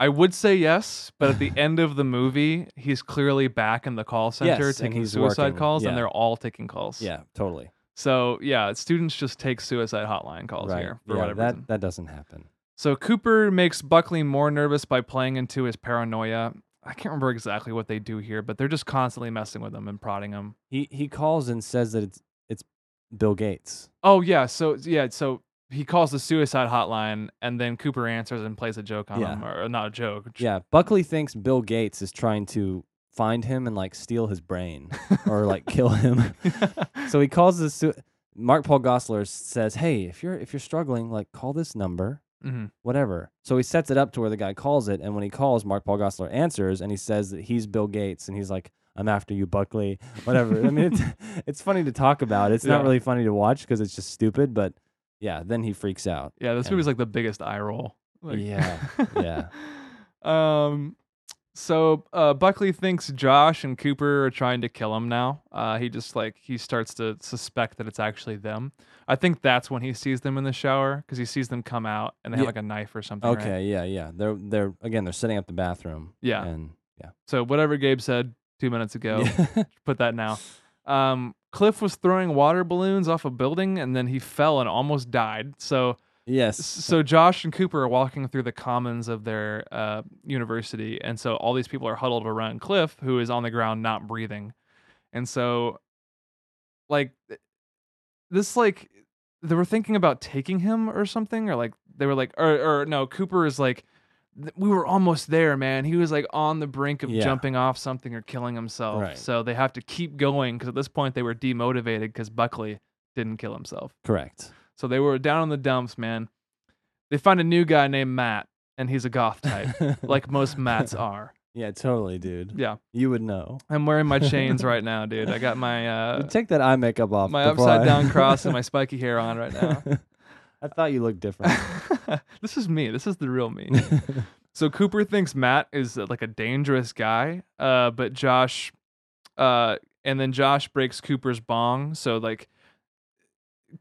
[SPEAKER 2] I would say yes, but at the end of the movie, he's clearly back in the call center
[SPEAKER 1] Yes, and
[SPEAKER 2] taking
[SPEAKER 1] he's
[SPEAKER 2] suicide
[SPEAKER 1] working,
[SPEAKER 2] calls,
[SPEAKER 1] yeah.
[SPEAKER 2] and they're all taking calls.
[SPEAKER 1] Yeah, totally.
[SPEAKER 2] So yeah, students just take suicide hotline calls
[SPEAKER 1] right.
[SPEAKER 2] here for
[SPEAKER 1] yeah,
[SPEAKER 2] whatever
[SPEAKER 1] that
[SPEAKER 2] reason.
[SPEAKER 1] that doesn't happen.
[SPEAKER 2] So Cooper makes Buckley more nervous by playing into his paranoia. I can't remember exactly what they do here, but they're just constantly messing with him and prodding him.
[SPEAKER 1] He he calls and says that it's it's Bill Gates.
[SPEAKER 2] Oh yeah, so yeah, so he calls the suicide hotline, and then Cooper answers and plays a joke on
[SPEAKER 1] Yeah.
[SPEAKER 2] him, or or not a joke. j-
[SPEAKER 1] Yeah, Buckley thinks Bill Gates is trying to find him and like steal his brain or like kill him. so he calls this. Su- Mark Paul Gosselaar says, "Hey, if you're if you're struggling, like call this number."
[SPEAKER 2] Mhm.
[SPEAKER 1] whatever. So he sets it up to where the guy calls it, and when he calls, Mark Paul Gosselaar answers, and he says that he's Bill Gates, and he's like, "I'm after you, Buckley." Whatever. I mean, it's, it's funny to talk about. It's
[SPEAKER 2] Yeah.
[SPEAKER 1] not really funny to watch because it's just stupid. But yeah, then he freaks out.
[SPEAKER 2] Yeah, this
[SPEAKER 1] And-
[SPEAKER 2] movie's like the biggest eye roll. Like-
[SPEAKER 1] Yeah, yeah.
[SPEAKER 2] Um, so uh, Buckley thinks Josh and Cooper are trying to kill him now. Uh, he just like he starts to suspect that it's actually them. I think that's when he sees them in the shower because he sees them come out and they have
[SPEAKER 1] Yeah.
[SPEAKER 2] like a knife or something. right?
[SPEAKER 1] Okay. Yeah. Yeah. They're they're again. They're setting up the bathroom.
[SPEAKER 2] Yeah.
[SPEAKER 1] And yeah.
[SPEAKER 2] So whatever Gabe said two minutes ago, put that now. Um, Cliff was throwing water balloons off a building and then he fell and almost died. So
[SPEAKER 1] Yes.
[SPEAKER 2] so Josh and Cooper are walking through the commons of their uh, university, and so all these people are huddled around Cliff, who is on the ground not breathing, and so, like, th- this like they were thinking about taking him or something, or like they were like, or or no, Cooper is like, "Th- we were almost there, man. He was like on the brink of
[SPEAKER 1] Yeah.
[SPEAKER 2] jumping off something or killing himself.
[SPEAKER 1] Right.
[SPEAKER 2] So they have to keep going because at this point they were demotivated because Buckley didn't kill himself.
[SPEAKER 1] Correct.
[SPEAKER 2] So they were down in the dumps, man. They find a new guy named Matt, and he's a goth type, like most Matts are.
[SPEAKER 1] Yeah, totally, dude.
[SPEAKER 2] Yeah,
[SPEAKER 1] You would know.
[SPEAKER 2] I'm wearing my chains right now, dude. I got my uh,
[SPEAKER 1] Take that eye makeup off.
[SPEAKER 2] my
[SPEAKER 1] before
[SPEAKER 2] upside
[SPEAKER 1] I-
[SPEAKER 2] down cross and my spiky hair on right now.
[SPEAKER 1] I thought you looked different.
[SPEAKER 2] this is me. This is the real me. so Cooper thinks Matt is uh, like a dangerous guy, uh, but Josh, uh, and then Josh breaks Cooper's bong. So like,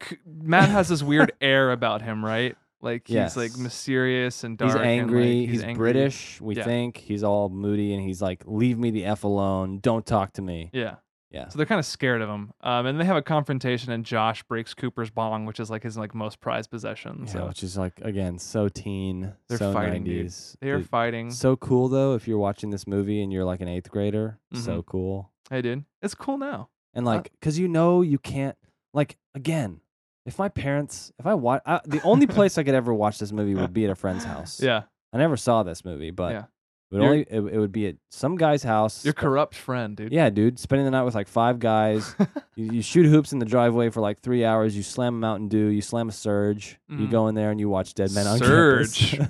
[SPEAKER 2] C- Matt has this weird air about him, right? Like he's like
[SPEAKER 1] Yes.
[SPEAKER 2] mysterious and dark.
[SPEAKER 1] He's
[SPEAKER 2] and, like,
[SPEAKER 1] angry. he's
[SPEAKER 2] angry.
[SPEAKER 1] British. We
[SPEAKER 2] Yeah.
[SPEAKER 1] think he's all moody, and he's like, "Leave me the f alone. Don't talk to me."
[SPEAKER 2] Yeah.
[SPEAKER 1] Yeah.
[SPEAKER 2] So they're kind of scared of him, um, and they have a confrontation, and Josh breaks Cooper's bong, which is like his like most prized possession.
[SPEAKER 1] Yeah,
[SPEAKER 2] so
[SPEAKER 1] which is like again so teen,
[SPEAKER 2] They're
[SPEAKER 1] so
[SPEAKER 2] fighting, dude.
[SPEAKER 1] 90s.
[SPEAKER 2] they are
[SPEAKER 1] Dude,
[SPEAKER 2] fighting.
[SPEAKER 1] so cool though. If you're watching this movie and you're like an eighth grader,
[SPEAKER 2] Mm-hmm.
[SPEAKER 1] so cool.
[SPEAKER 2] hey, dude, it's cool now.
[SPEAKER 1] And like, cause you know you can't. Like again, if my parents, if I watch, I, the only place I could ever watch this movie would be at a friend's house.
[SPEAKER 2] Yeah,
[SPEAKER 1] I never saw this movie, but
[SPEAKER 2] Yeah.
[SPEAKER 1] it would
[SPEAKER 2] You're-
[SPEAKER 1] only it, it would be at some guy's house.
[SPEAKER 2] your corrupt friend, dude.
[SPEAKER 1] Yeah, dude. Spending the night with like five guys. you, you shoot hoops in the driveway for like three hours. You slam a Mountain Dew. You slam a Surge. You
[SPEAKER 2] Mhm.
[SPEAKER 1] go in there and you watch Dead Men on
[SPEAKER 2] Surge.
[SPEAKER 1] Campus.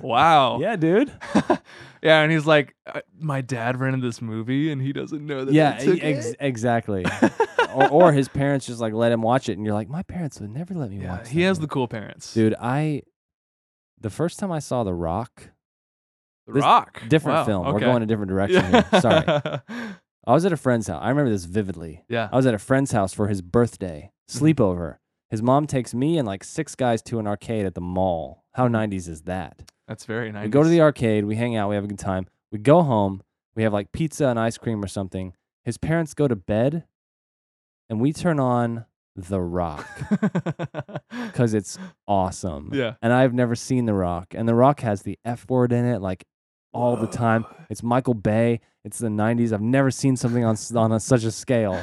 [SPEAKER 2] wow.
[SPEAKER 1] yeah, dude.
[SPEAKER 2] yeah, and he's like, "Uh, my dad rented this movie, and he doesn't know that. I
[SPEAKER 1] Yeah,
[SPEAKER 2] took
[SPEAKER 1] e- ex-
[SPEAKER 2] it."
[SPEAKER 1] exactly. or, or his parents just like let him watch it, and you're like, my parents would never let me
[SPEAKER 2] Yeah,
[SPEAKER 1] watch.
[SPEAKER 2] he
[SPEAKER 1] that
[SPEAKER 2] has the
[SPEAKER 1] movie."
[SPEAKER 2] cool parents.
[SPEAKER 1] dude. I the first time I saw The Rock,
[SPEAKER 2] The
[SPEAKER 1] this-
[SPEAKER 2] Rock.
[SPEAKER 1] different
[SPEAKER 2] Wow,
[SPEAKER 1] film. We're
[SPEAKER 2] okay.
[SPEAKER 1] going a different direction.
[SPEAKER 2] Yeah.
[SPEAKER 1] Here. Sorry, I was at a friend's house. I remember this vividly.
[SPEAKER 2] yeah.
[SPEAKER 1] I was at a friend's house for his birthday sleepover. His mom takes me and like six guys to an arcade at the mall. How 90s is that?
[SPEAKER 2] That's very nice.
[SPEAKER 1] We go to the arcade, we hang out, we have a good time. We go home, we have like pizza and ice cream or something. His parents go to bed, and we turn on The Rock because it's awesome.
[SPEAKER 2] Yeah.
[SPEAKER 1] And I've never seen The Rock, and The Rock has the F word in it like all the time. It's Michael Bay. It's the 90s. I've never seen something on s- on a, such a scale.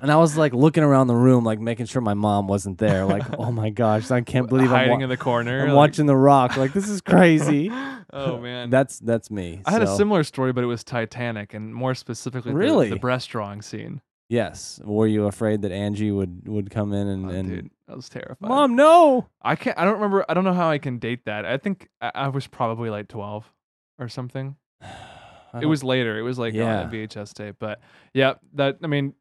[SPEAKER 1] And I was like looking around the room, like making sure my mom wasn't there. Like, oh my gosh, I can't believe I'm,
[SPEAKER 2] hiding
[SPEAKER 1] wa-
[SPEAKER 2] in the corner.
[SPEAKER 1] I'm
[SPEAKER 2] like-
[SPEAKER 1] watching The Rock. Like, this is crazy.
[SPEAKER 2] oh man.
[SPEAKER 1] that's that's me.
[SPEAKER 2] I had a
[SPEAKER 1] So,
[SPEAKER 2] similar story, but it was Titanic, and more specifically, the- the,
[SPEAKER 1] Really?
[SPEAKER 2] breast drawing scene.
[SPEAKER 1] Yes. Were you afraid that Angie would would come in and,
[SPEAKER 2] Oh,
[SPEAKER 1] and
[SPEAKER 2] dude, I was terrified.
[SPEAKER 1] mom? No.
[SPEAKER 2] I can't. I don't remember. I don't know how I can date that. I think I, I was probably like twelve or something.
[SPEAKER 1] I
[SPEAKER 2] It
[SPEAKER 1] don't-
[SPEAKER 2] was later. It was like on
[SPEAKER 1] Yeah.
[SPEAKER 2] a VHS tape. But yeah, that. I mean,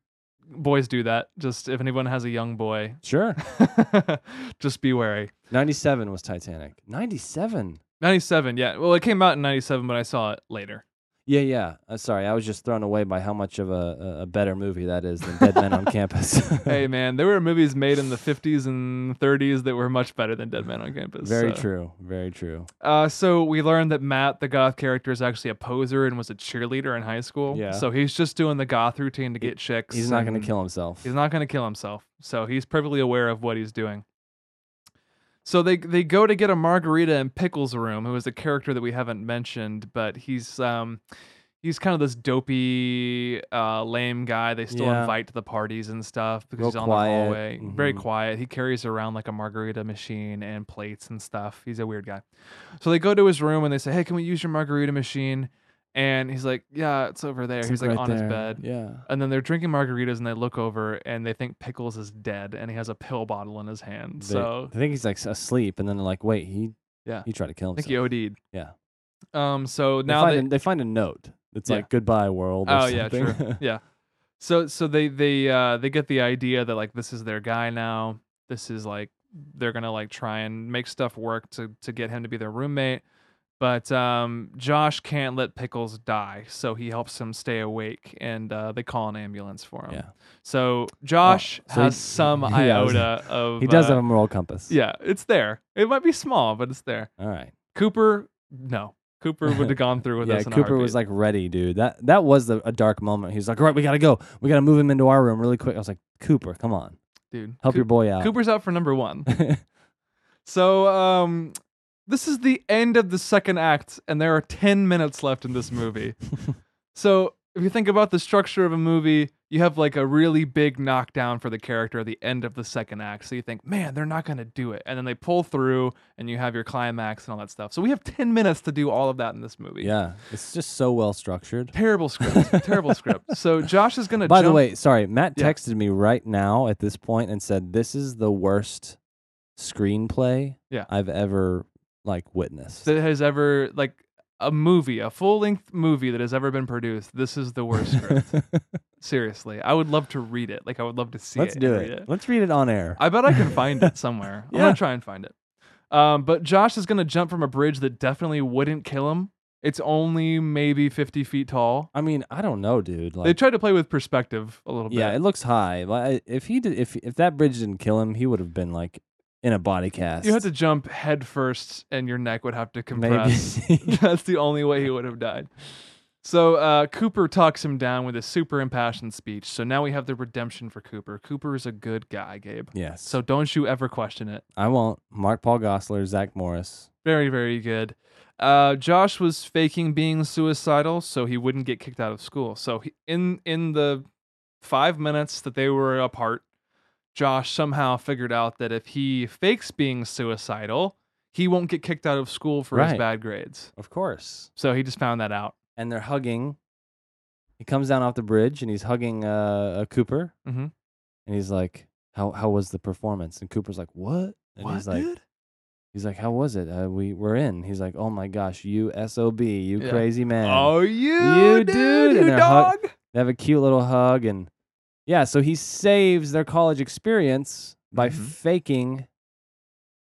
[SPEAKER 2] boys do that. Just if anyone has a young boy,
[SPEAKER 1] sure.
[SPEAKER 2] just be wary.
[SPEAKER 1] Ninety seven was Titanic. Ninety seven.
[SPEAKER 2] Ninety-seven. Yeah. Well, it came out in ninety-seven, but I saw it later.
[SPEAKER 1] Yeah, yeah. Uh, sorry, I was just thrown away by how much of a, a- a better movie that is than Dead Men on Campus.
[SPEAKER 2] hey man, there were movies made in the fifties and thirties that were much better than Dead Man on Campus.
[SPEAKER 1] Very
[SPEAKER 2] so.
[SPEAKER 1] true. Very true.
[SPEAKER 2] Uh, so we learned that Matt, the goth character, is actually a poser and was a cheerleader in high school.
[SPEAKER 1] Yeah.
[SPEAKER 2] So he's just doing the goth routine to get chicks.
[SPEAKER 1] He's not going
[SPEAKER 2] and
[SPEAKER 1] to kill himself.
[SPEAKER 2] He's not going to kill himself. So he's perfectly aware of what he's doing. So they they go to get a margarita in Pickles' room, who is a character that we haven't mentioned, but he's um he's kind of this dopey, uh, lame guy. They still
[SPEAKER 1] Yeah.
[SPEAKER 2] invite to the parties and stuff because
[SPEAKER 1] Real
[SPEAKER 2] he's on the
[SPEAKER 1] quiet.
[SPEAKER 2] hallway, very
[SPEAKER 1] Mhm.
[SPEAKER 2] quiet. He carries around like a margarita machine and plates and stuff. He's a weird guy. So they go to his room and they say, "Hey, can we use your margarita machine?" And he's like, "Yeah, it's over there."
[SPEAKER 1] It's
[SPEAKER 2] he's like
[SPEAKER 1] right
[SPEAKER 2] on his
[SPEAKER 1] there.
[SPEAKER 2] bed.
[SPEAKER 1] Yeah.
[SPEAKER 2] And then they're drinking margaritas and they look over and they think Pickles is dead and he has a pill bottle in his hand.
[SPEAKER 1] They-
[SPEAKER 2] so
[SPEAKER 1] I think he's like s- asleep, and then they're like, wait, he
[SPEAKER 2] Yeah.
[SPEAKER 1] he tried to kill
[SPEAKER 2] I
[SPEAKER 1] himself.
[SPEAKER 2] think he OD'd.
[SPEAKER 1] Yeah.
[SPEAKER 2] Um so
[SPEAKER 1] They
[SPEAKER 2] now
[SPEAKER 1] find
[SPEAKER 2] they,
[SPEAKER 1] a- they find a note that's
[SPEAKER 2] Yeah.
[SPEAKER 1] like goodbye world. Or
[SPEAKER 2] Oh yeah,
[SPEAKER 1] something.
[SPEAKER 2] true. yeah. So so they they uh they get the idea that like this is their guy now. This is like they're gonna like try and make stuff work to to get him to be their roommate. But um Josh can't let Pickles die, so he helps him stay awake and uh they call an ambulance for him.
[SPEAKER 1] Yeah. Oh,
[SPEAKER 2] So Josh
[SPEAKER 1] so he-
[SPEAKER 2] has some
[SPEAKER 1] yeah, I was-
[SPEAKER 2] iota of
[SPEAKER 1] he does
[SPEAKER 2] uh,
[SPEAKER 1] have a moral compass.
[SPEAKER 2] Yeah, it's there. It might be small, but it's there.
[SPEAKER 1] All right.
[SPEAKER 2] Cooper, no. Cooper would have gone through with
[SPEAKER 1] yeah,
[SPEAKER 2] us. in a
[SPEAKER 1] Cooper was
[SPEAKER 2] heartbeat.
[SPEAKER 1] like ready, dude. That that was the, a dark moment. He was like, all right, we gotta go. We gotta move him into our room really quick. I was like, Cooper, come on,
[SPEAKER 2] dude,
[SPEAKER 1] help your
[SPEAKER 2] Coop-
[SPEAKER 1] boy out.
[SPEAKER 2] Cooper's out for number one. So um, this is the end of the second act, and there are ten minutes left in this movie. so if you think about the structure of a movie, you have like a really big knockdown for the character at the end of the second act. So you think, man, they're not gonna do it, and then they pull through, and you have your climax and all that stuff. So we have ten minutes to do all of that in this movie.
[SPEAKER 1] Yeah, it's just so well structured.
[SPEAKER 2] Terrible script. terrible script. So Josh is gonna.
[SPEAKER 1] By the
[SPEAKER 2] jump-
[SPEAKER 1] way, sorry, Matt
[SPEAKER 2] uh, Yeah.
[SPEAKER 1] texted me right now at this point and said this is the worst screenplay
[SPEAKER 2] Yeah.
[SPEAKER 1] I've ever like witnessed.
[SPEAKER 2] that has ever like a movie, a full length movie that has ever been produced. This is the worst script. Seriously, I would love to read it. Like I would love to see
[SPEAKER 1] Let's
[SPEAKER 2] it.
[SPEAKER 1] do
[SPEAKER 2] and read
[SPEAKER 1] it. Let's read it on air.
[SPEAKER 2] I bet I can find it somewhere. I'm
[SPEAKER 1] Yeah.
[SPEAKER 2] gonna try and find it. Um, but Josh is gonna jump from a bridge that definitely wouldn't kill him. It's only maybe 50 feet tall.
[SPEAKER 1] I mean, I don't know, dude. Like,
[SPEAKER 2] They tried to play with perspective a little
[SPEAKER 1] yeah,
[SPEAKER 2] bit.
[SPEAKER 1] it looks high. But I- if he did, if if that bridge didn't kill him, he would have been like in a body cast.
[SPEAKER 2] you had to jump head first, and your neck would have to
[SPEAKER 1] maybe.
[SPEAKER 2] compress. That's the only way he would have died. So uh, Cooper talks him down with a super impassioned speech. So now we have the redemption for Cooper. Cooper is a good guy, Gabe.
[SPEAKER 1] yes.
[SPEAKER 2] So don't you ever question it.
[SPEAKER 1] I won't. Mark Paul Gossler, Zach Morris.
[SPEAKER 2] Very, very good. Uh, Josh was faking being suicidal so he wouldn't get kicked out of school. So he, in in the five minutes that they were apart, Josh somehow figured out that if he fakes being suicidal, he won't get kicked out of school for his
[SPEAKER 1] Right.
[SPEAKER 2] bad grades.
[SPEAKER 1] Of course.
[SPEAKER 2] So he just found that out.
[SPEAKER 1] and they're hugging. He comes down off the bridge and he's hugging uh, a Cooper,
[SPEAKER 2] Mhm.
[SPEAKER 1] and he's like, "How how was the performance?" And Cooper's like, "What?" And he's like, "He's like, how was it? Uh, we we're in." He's like, "Oh my gosh, you sob, you
[SPEAKER 2] Yeah.
[SPEAKER 1] crazy man."
[SPEAKER 2] Oh, you,
[SPEAKER 1] You
[SPEAKER 2] dude,
[SPEAKER 1] dude, and
[SPEAKER 2] you
[SPEAKER 1] they're hug-
[SPEAKER 2] dog.
[SPEAKER 1] They have a cute little hug, and yeah, so he saves their college experience by
[SPEAKER 2] Mhm.
[SPEAKER 1] faking.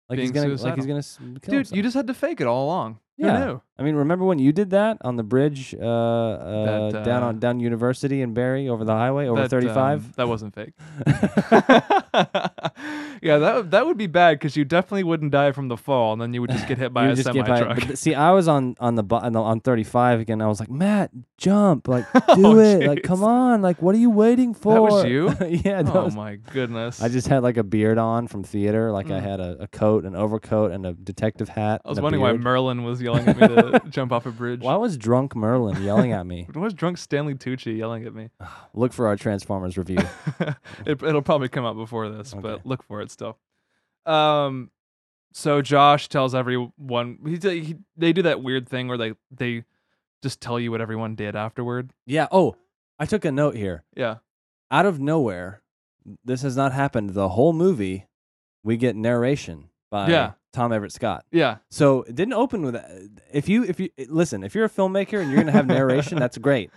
[SPEAKER 1] Like he's
[SPEAKER 2] Being
[SPEAKER 1] gonna, like
[SPEAKER 2] suicidal.
[SPEAKER 1] he's gonna s- kill
[SPEAKER 2] dude, you just had to fake it all along.
[SPEAKER 1] Yeah.
[SPEAKER 2] Who knew?
[SPEAKER 1] I mean, remember when you did that on the bridge, uh, uh,
[SPEAKER 2] That,
[SPEAKER 1] down
[SPEAKER 2] uh,
[SPEAKER 1] on down University in Barry over the highway over
[SPEAKER 2] That,
[SPEAKER 1] thirty
[SPEAKER 2] um,
[SPEAKER 1] five?
[SPEAKER 2] that wasn't fake. yeah, that would- that would be bad because you definitely wouldn't die from the fall, and then you would just get hit by
[SPEAKER 1] You
[SPEAKER 2] a
[SPEAKER 1] just
[SPEAKER 2] semi
[SPEAKER 1] get by-
[SPEAKER 2] truck.
[SPEAKER 1] but th- see, I was on on the bu- on, the- on 35 again. I was like, Matt, jump, like do
[SPEAKER 2] Oh,
[SPEAKER 1] it, like come
[SPEAKER 2] jeez.
[SPEAKER 1] on, like what are you waiting for?
[SPEAKER 2] That was you?
[SPEAKER 1] yeah, that
[SPEAKER 2] oh
[SPEAKER 1] was-
[SPEAKER 2] my goodness!
[SPEAKER 1] I just had like a beard on from theater. Like I
[SPEAKER 2] Mm.
[SPEAKER 1] had a, a coat, an overcoat, and a detective hat.
[SPEAKER 2] I was
[SPEAKER 1] and a
[SPEAKER 2] wondering why
[SPEAKER 1] beard.
[SPEAKER 2] Merlin was yelling at me to jump off a bridge.
[SPEAKER 1] Why was drunk Merlin yelling at me?
[SPEAKER 2] Why was drunk Stanley Tucci yelling at me?
[SPEAKER 1] Look for our Transformers review.
[SPEAKER 2] it, it'll probably come out before this,
[SPEAKER 1] Okay.
[SPEAKER 2] but look for it still. Um, so Josh tells everyone he, t- he they do that weird thing where they they just tell you what everyone did afterward.
[SPEAKER 1] yeah. Oh, I took a note here.
[SPEAKER 2] Yeah,
[SPEAKER 1] out of nowhere, this has not happened the whole movie. We get narration by
[SPEAKER 2] Yeah.
[SPEAKER 1] Tom Everett Scott.
[SPEAKER 2] yeah,
[SPEAKER 1] So it didn't open with uh, if you if you listen if you're a filmmaker and you're gonna have narration, that's great.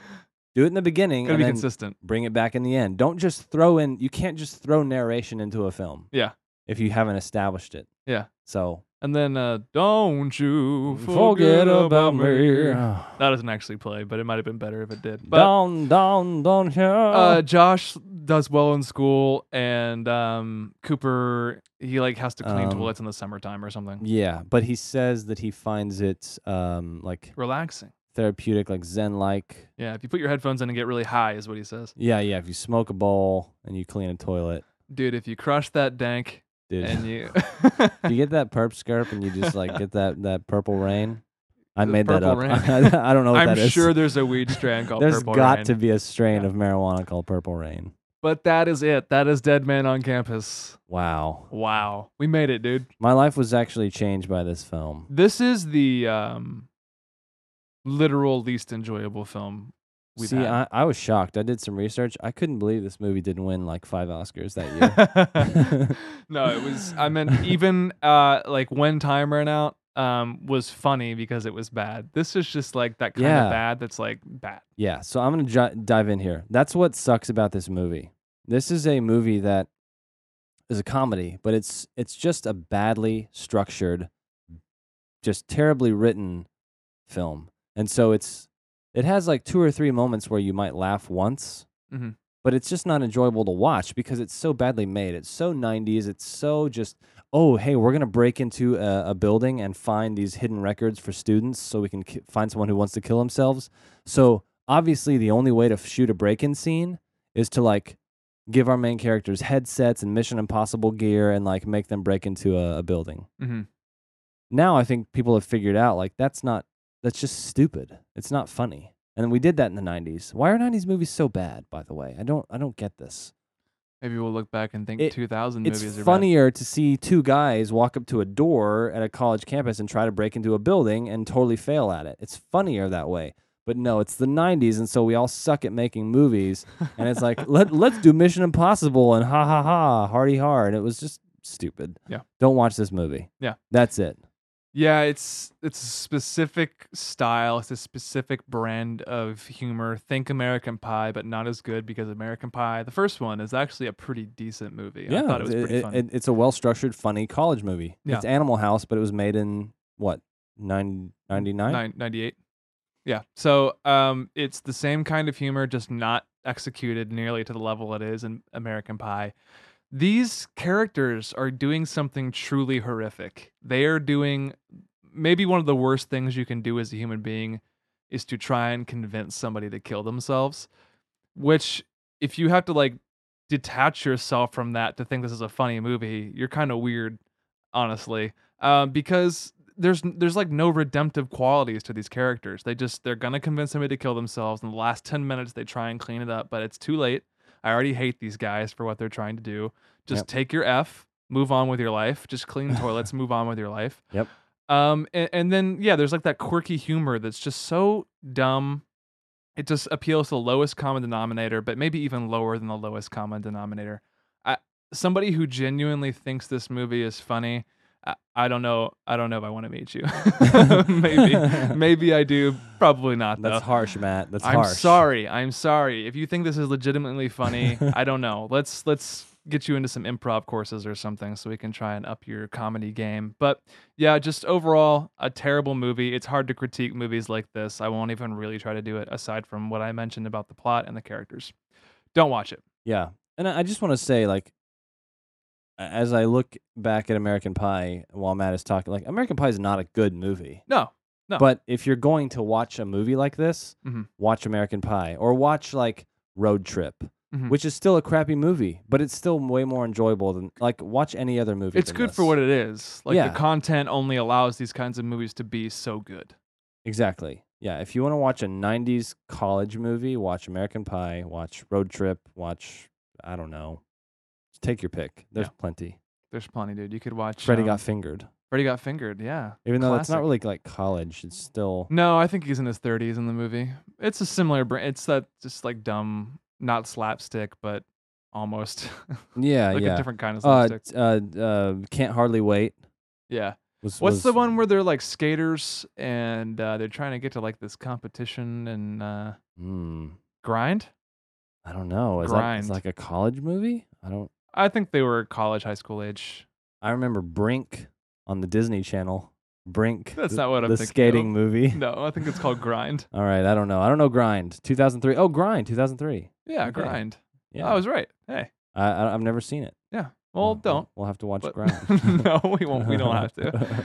[SPEAKER 1] Do it in the beginning
[SPEAKER 2] gotta
[SPEAKER 1] and
[SPEAKER 2] be
[SPEAKER 1] then
[SPEAKER 2] consistent.
[SPEAKER 1] bring it back in the end. Don't just throw in. You can't just throw narration into a film.
[SPEAKER 2] Yeah.
[SPEAKER 1] If you haven't established it.
[SPEAKER 2] Yeah.
[SPEAKER 1] So
[SPEAKER 2] And then uh, don't you forget, about me. That doesn't actually play, but it might have been better if it did. But
[SPEAKER 1] Down, down, down here.
[SPEAKER 2] uh, Josh does well in school, and um, Cooper he like has to clean
[SPEAKER 1] Um,
[SPEAKER 2] toilets in the summertime or something.
[SPEAKER 1] yeah, but he says that he finds it um like
[SPEAKER 2] Relaxing.
[SPEAKER 1] therapeutic, like Zen like.
[SPEAKER 2] Yeah, if you put your headphones in and get really high, is what he says.
[SPEAKER 1] Yeah, yeah. If you smoke a bowl and you clean a toilet,
[SPEAKER 2] Dude, if you crush that dank
[SPEAKER 1] dude,
[SPEAKER 2] and you,
[SPEAKER 1] you get that perp skirp and you just like get that that purple rain. I
[SPEAKER 2] The
[SPEAKER 1] made that
[SPEAKER 2] purple
[SPEAKER 1] up.
[SPEAKER 2] rain.
[SPEAKER 1] I don't know what
[SPEAKER 2] I'm
[SPEAKER 1] that is.
[SPEAKER 2] sure there's a weed strand called
[SPEAKER 1] There's
[SPEAKER 2] purple
[SPEAKER 1] got
[SPEAKER 2] rain.
[SPEAKER 1] to be a strain
[SPEAKER 2] Yeah.
[SPEAKER 1] of marijuana called purple rain.
[SPEAKER 2] But that is it. That is Dead Man on Campus.
[SPEAKER 1] Wow,
[SPEAKER 2] Wow, we made it, dude.
[SPEAKER 1] my life was actually changed by this film.
[SPEAKER 2] This is the um, literal least enjoyable film we've
[SPEAKER 1] See,
[SPEAKER 2] had.
[SPEAKER 1] I, I was shocked. I did some research. I couldn't believe this movie didn't win like five Oscars that year.
[SPEAKER 2] no, it was. I mean, even uh, like when time ran out, um, was funny because it was bad. This is just like that kind
[SPEAKER 1] Yeah.
[SPEAKER 2] of bad that's like bad.
[SPEAKER 1] Yeah, so I'm going to j- dive in here. That's what sucks about this movie. This is a movie that is a comedy, but it's it's just a badly structured, just terribly written film. And so it's it has like two or three moments where you might laugh once,
[SPEAKER 2] Mhm.
[SPEAKER 1] but it's just not enjoyable to watch because it's so badly made. It's so 90s. It's so just oh hey we're going to break into a, a building and find these hidden records for students so we can ki- find someone who wants to kill themselves so obviously the only way to f- shoot a break-in scene is to like give our main characters headsets and Mission Impossible gear and like make them break into a, a building.
[SPEAKER 2] Mhm.
[SPEAKER 1] Now I think people have figured out like that's not that's just stupid. It's not funny. And we did that in the '90s. Why are '90s movies so bad? By the way, I don't I don't get this.
[SPEAKER 2] Maybe we'll look back and think
[SPEAKER 1] It-
[SPEAKER 2] 2000
[SPEAKER 1] It's
[SPEAKER 2] movies are bad.
[SPEAKER 1] funnier to see two guys walk up to a door at a college campus and try to break into a building and totally fail at it. It's funnier that way. But no, it's the 90s, and so we all suck at making movies. And it's like, let, let's do Mission Impossible and ha ha ha, hardy hard. It was just stupid.
[SPEAKER 2] Yeah.
[SPEAKER 1] Don't watch this movie.
[SPEAKER 2] Yeah.
[SPEAKER 1] That's it.
[SPEAKER 2] Yeah, it's it's a specific style. It's a specific brand of humor. Think American Pie, but not as good because American Pie, the first one, is actually a pretty decent movie. I thought it was
[SPEAKER 1] it-
[SPEAKER 2] pretty
[SPEAKER 1] it-
[SPEAKER 2] fun.
[SPEAKER 1] it- it's a well structured, funny college movie.
[SPEAKER 2] Yeah.
[SPEAKER 1] It's Animal House, but it was made in what, 9, 99?
[SPEAKER 2] Nine, 98. Yeah. So um, it's the same kind of humor, just not executed nearly to the level it is in American Pie. These characters are doing something truly horrific. They are doing maybe one of the worst things you can do as a human being is to try and convince somebody to kill themselves, which if you have to like detach yourself from that to think this is a funny movie, you're kind of weird, honestly. Um, because there's there's like no redemptive qualities to these characters. They just they're gonna convince somebody to kill themselves. In the last ten minutes, they try and clean it up, but it's too late. I already hate these guys for what they're trying to do. Just
[SPEAKER 1] Yep.
[SPEAKER 2] take your f, move on with your life. Just clean toilets, move on with your life.
[SPEAKER 1] Yep.
[SPEAKER 2] Um, and, and then yeah, there's like that quirky humor that's just so dumb. It just appeals to the lowest common denominator, but maybe even lower than the lowest common denominator. I, somebody who genuinely thinks this movie is funny, I, I don't know. I don't know if I want to meet you. maybe, maybe I do. Probably not.
[SPEAKER 1] That's
[SPEAKER 2] though.
[SPEAKER 1] harsh, Matt. That's
[SPEAKER 2] uh, I'm
[SPEAKER 1] harsh.
[SPEAKER 2] sorry. I'm sorry. If you think this is legitimately funny, I don't know. Let's let's get you into some improv courses or something so we can try and up your comedy game. But yeah, just overall a terrible movie. It's hard to critique movies like this. I won't even really try to do it aside from what I mentioned about the plot and the characters. Don't watch it.
[SPEAKER 1] Yeah. And I I just want to say, like, a- as I look back at American Pie while Matt is talking, like, American Pie is not a good movie.
[SPEAKER 2] No. No.
[SPEAKER 1] But if you're going to watch a movie like this,
[SPEAKER 2] Mhm.
[SPEAKER 1] watch American Pie or watch, like, Road Trip,
[SPEAKER 2] Mhm.
[SPEAKER 1] which is still a crappy movie, but it's still way more enjoyable than, like, watch any other movie.
[SPEAKER 2] It's
[SPEAKER 1] than
[SPEAKER 2] good
[SPEAKER 1] this.
[SPEAKER 2] for what it is. Like
[SPEAKER 1] Yeah.
[SPEAKER 2] the content only allows these kinds of movies to be so good.
[SPEAKER 1] Exactly. Yeah. If you want to watch a 90s college movie, watch American Pie, watch Road Trip, watch, I don't know. Just Take your pick. There's
[SPEAKER 2] Yeah.
[SPEAKER 1] plenty.
[SPEAKER 2] There's plenty, dude. You could watch
[SPEAKER 1] Freddy
[SPEAKER 2] um,
[SPEAKER 1] got fingered.
[SPEAKER 2] Freddy got fingered. Yeah.
[SPEAKER 1] Even though that's not
[SPEAKER 2] Classic. Mm,
[SPEAKER 1] really like college, it's still
[SPEAKER 2] No, I think he's in his 30s in the movie. It's a similar brand. It's that just like dumb, not slapstick, but almost
[SPEAKER 1] Uh, yeah,
[SPEAKER 2] like a
[SPEAKER 1] yeah.
[SPEAKER 2] different kind of
[SPEAKER 1] Uh,
[SPEAKER 2] slapstick.
[SPEAKER 1] t- uh, uh, can't hardly wait.
[SPEAKER 2] yeah.
[SPEAKER 1] Was,
[SPEAKER 2] What's the
[SPEAKER 1] was-
[SPEAKER 2] one where they're like skaters and uh, they're trying to get to like this competition and uh,
[SPEAKER 1] Hmm,
[SPEAKER 2] grind?
[SPEAKER 1] I don't know. Is that is
[SPEAKER 2] Grind.
[SPEAKER 1] like a college movie? I don't.
[SPEAKER 2] I think they were college, high school age.
[SPEAKER 1] I remember Brink on the Disney Channel. Brink.
[SPEAKER 2] That's
[SPEAKER 1] th-
[SPEAKER 2] not what I'm
[SPEAKER 1] the
[SPEAKER 2] thinking
[SPEAKER 1] skating
[SPEAKER 2] of.
[SPEAKER 1] movie.
[SPEAKER 2] No, I think it's called grind.
[SPEAKER 1] All right, I don't know. I don't know. Grind. 2003. Oh, Grind. 2003.
[SPEAKER 2] Yeah,
[SPEAKER 1] Okay.
[SPEAKER 2] grind.
[SPEAKER 1] Yeah, Mm-hmm.
[SPEAKER 2] I was right. Hey,
[SPEAKER 1] I, I have never seen it.
[SPEAKER 2] yeah. Oh, Well, don't.
[SPEAKER 1] We'll have to watch
[SPEAKER 2] But-
[SPEAKER 1] Grind.
[SPEAKER 2] no, we won't. We don't have to.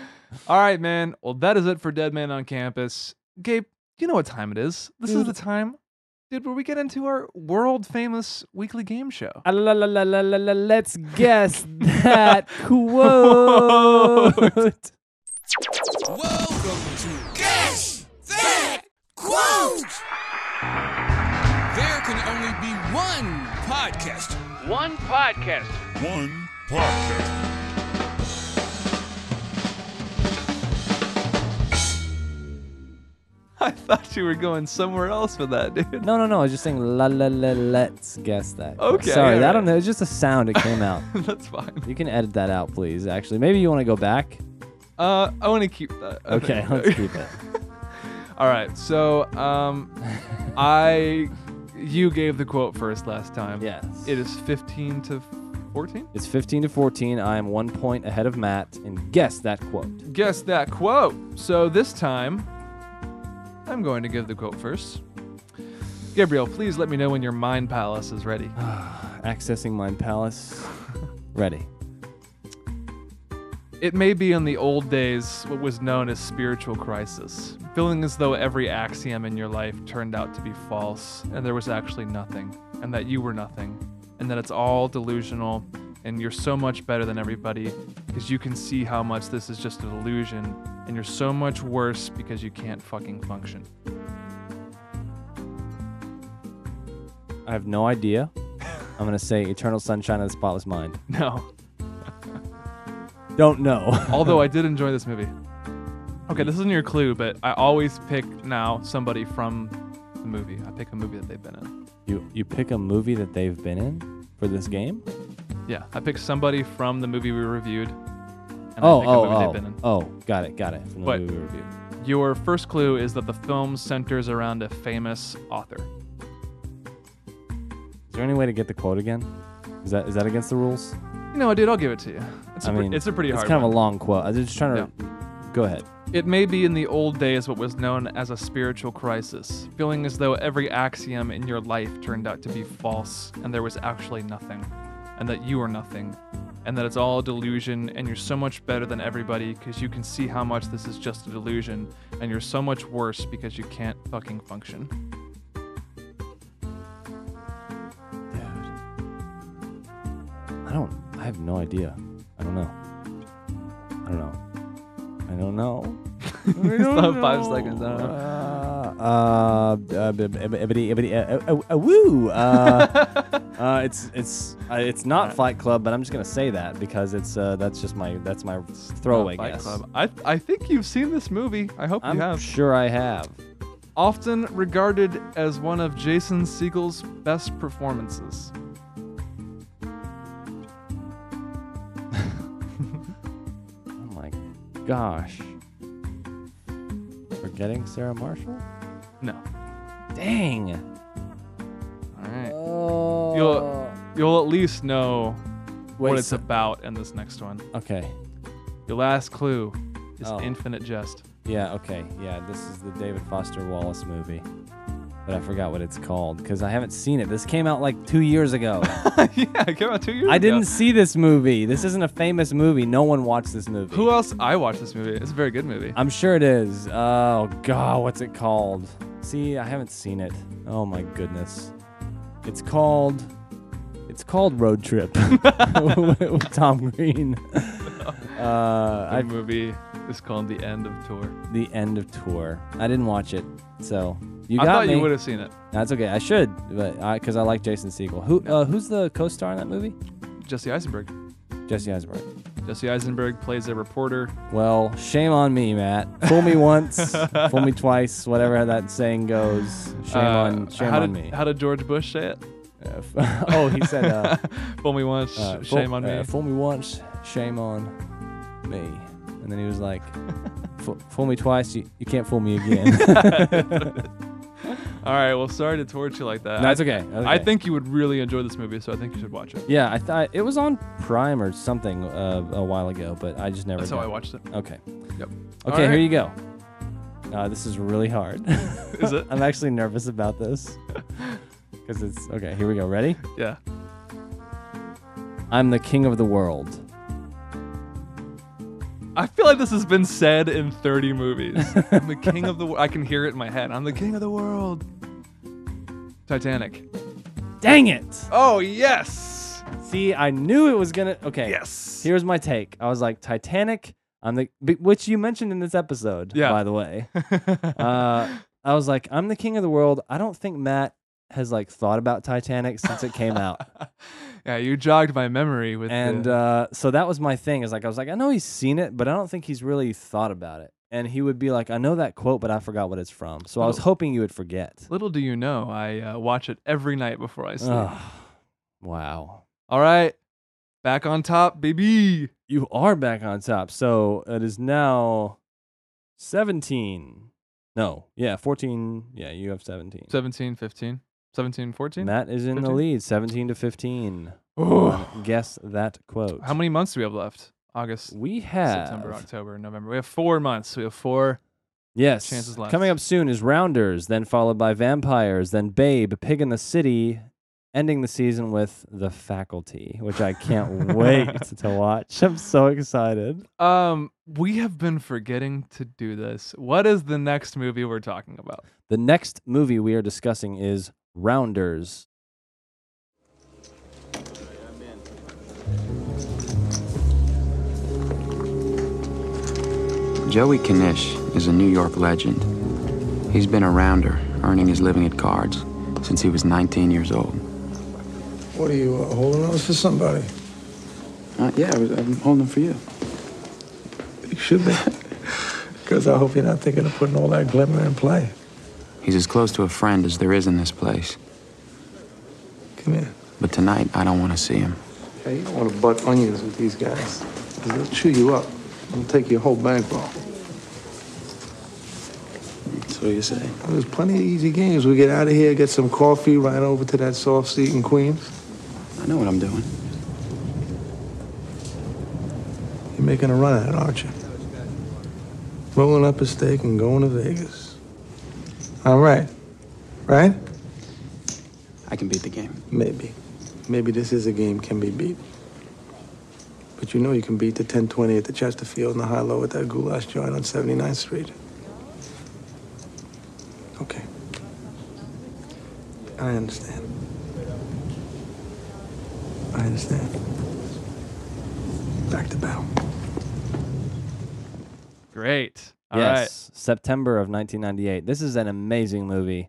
[SPEAKER 2] All right, man. Well, that is it for Dead Man on Campus. Gabe, you know what time it is. This is
[SPEAKER 1] Dude.
[SPEAKER 2] the time, dude, where we get into our world famous weekly game show.
[SPEAKER 1] Ah, la, la, la, la, la, la, Let's guess that quote.
[SPEAKER 2] Quote.
[SPEAKER 5] Welcome to Guess That Quote! There can only be one podcast.
[SPEAKER 6] One podcast.
[SPEAKER 5] One podcast.
[SPEAKER 2] I thought you were going somewhere else with that, dude.
[SPEAKER 1] No, no, no. I was just saying, la, la, la, let's guess that. quote.
[SPEAKER 2] Okay,
[SPEAKER 1] Sorry,
[SPEAKER 2] all
[SPEAKER 1] I don't
[SPEAKER 2] right.
[SPEAKER 1] know. It's just a sound that came out.
[SPEAKER 2] That's fine.
[SPEAKER 1] you can edit that out, please, actually. Maybe you want to go back.
[SPEAKER 2] Uh, I want to keep that. I
[SPEAKER 1] Okay,
[SPEAKER 2] think.
[SPEAKER 1] let's keep it.
[SPEAKER 2] All right. So, um, I, you gave the quote first last time.
[SPEAKER 1] Yes.
[SPEAKER 2] It is 15 to 14.
[SPEAKER 1] It's 15 to 14. I am one point ahead of Matt. And guess that quote.
[SPEAKER 2] Guess that quote. So this time, I'm going to give the quote first. Gabriel, please let me know when your mind palace is ready.
[SPEAKER 1] Accessing Mind Palace. Ready.
[SPEAKER 2] It may be in the old days what was known as spiritual crisis, feeling as though every axiom in your life turned out to be false and there was actually nothing, and that you were nothing, and that it's all delusional and you're so much better than everybody because you can see how much this is just an illusion and you're so much worse because you can't fucking function.
[SPEAKER 1] I have no idea. I'm gonna say Eternal Sunshine of the Spotless Mind.
[SPEAKER 2] No.
[SPEAKER 1] Don't know.
[SPEAKER 2] Although I did enjoy this movie. Okay, this isn't your clue, but I always pick now somebody from the movie. I pick a movie that they've been in.
[SPEAKER 1] you you pick a movie that they've been in for this game.
[SPEAKER 2] Yeah, I pick somebody from the movie we reviewed. And
[SPEAKER 1] oh
[SPEAKER 2] I pick a movie
[SPEAKER 1] oh
[SPEAKER 2] they've been in.
[SPEAKER 1] oh oh. Got it got it. From the
[SPEAKER 2] What?
[SPEAKER 1] movie review.
[SPEAKER 2] Your first clue is that the film centers around a famous author.
[SPEAKER 1] Is there any way to get the quote again? Is that is that against the rules?
[SPEAKER 2] You know, what, dude, I'll give it to you. It's a
[SPEAKER 1] I
[SPEAKER 2] pre-
[SPEAKER 1] mean,
[SPEAKER 2] it's a pretty hard
[SPEAKER 1] It's kind
[SPEAKER 2] one.
[SPEAKER 1] of a long quote. I was just trying to. Go ahead.
[SPEAKER 2] It may be in the old days what was known as a spiritual crisis, feeling as though every axiom in your life turned out to be false and there was actually nothing, and that you are nothing, and that it's all a delusion and you're so much better than everybody because you can see how much this is just a delusion and you're so much worse because you can't fucking function.
[SPEAKER 1] I don't. I have no idea. I don't know. I don't know. I don't know. I
[SPEAKER 2] Stop five seconds, I don't know.
[SPEAKER 1] Uh, uh, b- b- b- b- b- uh, uh, uh, woo. Uh, uh, it's it's uh, it's not Fight Club, but I'm just gonna say that because it's uh, that's just my that's my throwaway Oh,
[SPEAKER 2] Fight
[SPEAKER 1] guess.
[SPEAKER 2] Club. I, I think you've seen this movie. I hope
[SPEAKER 1] I'm
[SPEAKER 2] you have.
[SPEAKER 1] sure I have.
[SPEAKER 2] Often regarded as one of Jason Siegel's best performances.
[SPEAKER 1] Oh my gosh. Forgetting Sarah Marshall?
[SPEAKER 2] No.
[SPEAKER 1] Dang.
[SPEAKER 2] All right.
[SPEAKER 1] Oh.
[SPEAKER 2] You'll you'll at least know
[SPEAKER 1] Wait,
[SPEAKER 2] what it's
[SPEAKER 1] so-
[SPEAKER 2] about in this next one.
[SPEAKER 1] okay.
[SPEAKER 2] Your last clue is
[SPEAKER 1] Oh.
[SPEAKER 2] infinite jest.
[SPEAKER 1] Yeah, okay. Yeah, this is the David Foster Wallace movie. But I forgot what it's called because I haven't seen it. This came out like two years ago.
[SPEAKER 2] yeah, it came out two years
[SPEAKER 1] I
[SPEAKER 2] ago.
[SPEAKER 1] didn't see this movie. This isn't a famous movie. No one watched this movie.
[SPEAKER 2] Who else? I watched this movie. It's a very good movie.
[SPEAKER 1] I'm sure it is. Oh, God, what's it called? See, I haven't seen it. Oh, my goodness. It's called. It's called Road Trip with Tom Green. Uh,
[SPEAKER 2] The
[SPEAKER 1] I
[SPEAKER 2] movie is called The End of Tour.
[SPEAKER 1] the end of tour. I didn't watch it, so you
[SPEAKER 2] I
[SPEAKER 1] got
[SPEAKER 2] thought
[SPEAKER 1] me.
[SPEAKER 2] you would have seen it.
[SPEAKER 1] That's okay. I should, but because I, like Jason Siegel. Who uh, who's the co-star in that movie?
[SPEAKER 2] Jesse Eisenberg.
[SPEAKER 1] Jesse Eisenberg.
[SPEAKER 2] Jesse Eisenberg plays a reporter.
[SPEAKER 1] Well, shame on me, Matt. Fool me once, fool me twice, whatever that saying goes. Shame
[SPEAKER 2] Uh,
[SPEAKER 1] on, shame
[SPEAKER 2] how
[SPEAKER 1] on
[SPEAKER 2] did,
[SPEAKER 1] me.
[SPEAKER 2] How did George Bush say it?
[SPEAKER 1] Uh, f- oh, he said, uh,
[SPEAKER 2] Fool me once,
[SPEAKER 1] uh,
[SPEAKER 2] sh-
[SPEAKER 1] fool-
[SPEAKER 2] shame on me.
[SPEAKER 1] uh, fool me once, shame on me. And then he was like, "Fo- fool me twice, you, you can't fool me again.
[SPEAKER 2] All right, well, sorry to torture you like that.
[SPEAKER 1] That's
[SPEAKER 2] I-
[SPEAKER 1] okay.
[SPEAKER 2] I
[SPEAKER 1] okay.
[SPEAKER 2] think you would really enjoy this movie, so I think you should watch it.
[SPEAKER 1] Yeah, I thought it was on Prime or something uh, a while ago, but I just never.
[SPEAKER 2] That's how I
[SPEAKER 1] got-
[SPEAKER 2] watched it.
[SPEAKER 1] Okay.
[SPEAKER 2] Yep.
[SPEAKER 1] Okay, here you go. Uh, this is really hard.
[SPEAKER 2] Is it?
[SPEAKER 1] I'm actually nervous about this. Because it's. Okay, here we go. Ready?
[SPEAKER 2] Yeah.
[SPEAKER 1] I'm the king of the world.
[SPEAKER 2] I feel like this has been said in 30 movies. I'm the king of the world. I can hear it in my head. I'm the king of the world. Titanic.
[SPEAKER 1] Dang it!
[SPEAKER 2] Oh, yes.
[SPEAKER 1] See, I knew it was gonna. Okay.
[SPEAKER 2] Yes.
[SPEAKER 1] Here's my take. I was like, Titanic. I'm the. b- Which you mentioned in this episode,
[SPEAKER 2] Yeah.
[SPEAKER 1] by the way. uh, I was like, I'm the king of the world. I don't think Matt has like thought about Titanic since it came out.
[SPEAKER 2] yeah, you jogged my memory with
[SPEAKER 1] and
[SPEAKER 2] the,
[SPEAKER 1] uh, so that was my thing is like i was like i know he's seen it but i don't think he's really thought about it and he would be like i know that quote but i forgot what it's from so i was
[SPEAKER 2] Oh.
[SPEAKER 1] hoping you would forget
[SPEAKER 2] little do you know, I uh, watch it every night before I sleep.
[SPEAKER 1] Ugh. wow
[SPEAKER 2] All right. Back on top, baby.
[SPEAKER 1] you are back on top so it is now 17 no yeah 14 yeah you have 17
[SPEAKER 2] 17, 15, 17, 14.
[SPEAKER 1] matt is in the
[SPEAKER 2] 15?
[SPEAKER 1] lead 17 to 15
[SPEAKER 2] Oh.
[SPEAKER 1] guess that quote
[SPEAKER 2] How many months do we have left? August,
[SPEAKER 1] we have
[SPEAKER 2] September, October, November. We have four months. We have four.
[SPEAKER 1] Yes.
[SPEAKER 2] Chances left.
[SPEAKER 1] Coming up soon is Rounders, then followed by Vampires, then Babe, Pig in the City, ending the season with The Faculty, which I can't wait to watch. I'm so excited.
[SPEAKER 2] Um, we have been forgetting to do this. What is the next movie we're talking about?
[SPEAKER 1] The next movie we are discussing is Rounders.
[SPEAKER 6] Joey Kanish is a New York legend. He's been a rounder, earning his living at cards since he was 19 years old.
[SPEAKER 7] What are you, uh, holding those for somebody?
[SPEAKER 6] Uh, yeah, I was, I'm holding them for you.
[SPEAKER 7] You should be. Because I hope you're not thinking of putting all that glimmer in play.
[SPEAKER 6] He's as close to a friend as there is in this place.
[SPEAKER 7] Come here.
[SPEAKER 6] But tonight, I don't want to see him.
[SPEAKER 7] Hey, you don't want to butt onions with these guys. 'cause They'll chew you up. They'll take your whole bankroll.
[SPEAKER 6] So you say?
[SPEAKER 7] There's plenty of easy games. We get out of here, get some coffee, ride over to that soft seat in Queens.
[SPEAKER 6] I know what I'm doing.
[SPEAKER 7] You're making a run at it, aren't you? Rolling up a stake and going to Vegas. All right. Right?
[SPEAKER 6] I can beat the game.
[SPEAKER 7] Maybe. Maybe this is a game can be beat. But you know you can beat the 1020 at the Chesterfield and the high low at that goulash joint on 79th Street. Okay. I understand. I understand. Back to battle.
[SPEAKER 2] Great. All right.
[SPEAKER 1] yes, September of 1998. This is an amazing movie.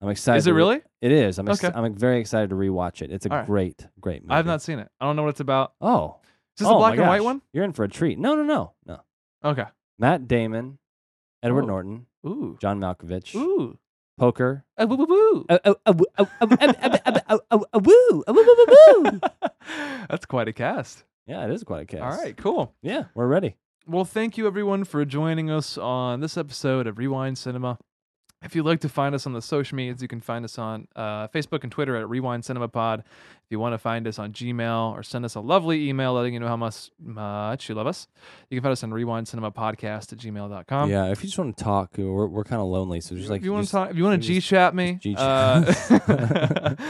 [SPEAKER 1] I'm excited.
[SPEAKER 2] Is it
[SPEAKER 1] to re-
[SPEAKER 2] really?
[SPEAKER 1] It is. I'm ex-
[SPEAKER 2] Okay.
[SPEAKER 1] I'm very excited to rewatch it. It's a
[SPEAKER 2] All right.
[SPEAKER 1] great, great movie.
[SPEAKER 2] I've not seen it. I don't know what it's about.
[SPEAKER 1] Oh,
[SPEAKER 2] Is this
[SPEAKER 1] oh
[SPEAKER 2] the black
[SPEAKER 1] my
[SPEAKER 2] and white
[SPEAKER 1] gosh.
[SPEAKER 2] one?
[SPEAKER 1] You're in for a treat. No, no, no, no.
[SPEAKER 2] Okay.
[SPEAKER 1] Matt Damon, Edward
[SPEAKER 2] Oh.
[SPEAKER 1] Norton,
[SPEAKER 2] Ooh.
[SPEAKER 1] John Malkovich,
[SPEAKER 2] Ooh.
[SPEAKER 1] poker.
[SPEAKER 2] Uh, woo, woo, woo.
[SPEAKER 1] Oh, oh, oh, oh, oh, oh, oh, oh, oh, oh, oh, oh, woo, oh, woo, woo, woo, woo.
[SPEAKER 2] That's quite a cast.
[SPEAKER 1] Yeah, it is quite a cast.
[SPEAKER 2] All right, cool.
[SPEAKER 1] Yeah, we're ready.
[SPEAKER 2] Well, thank you everyone for joining us on this episode of Rewind Cinema. If you'd like to find us on the social medias, you can find us on uh, Facebook and Twitter at Rewind Cinema Pod. If you want to find us on Gmail or send us a lovely email letting you know how much, much you love us, you can find us on Rewind Cinema Podcast at gmail.com.
[SPEAKER 1] yeah, if you just want to talk, we're, we're kind of lonely, so just like
[SPEAKER 2] Um, if you want
[SPEAKER 1] just-
[SPEAKER 2] to talk, if you want
[SPEAKER 1] just-
[SPEAKER 2] to G chat me,
[SPEAKER 1] just
[SPEAKER 2] uh,
[SPEAKER 1] G-chat.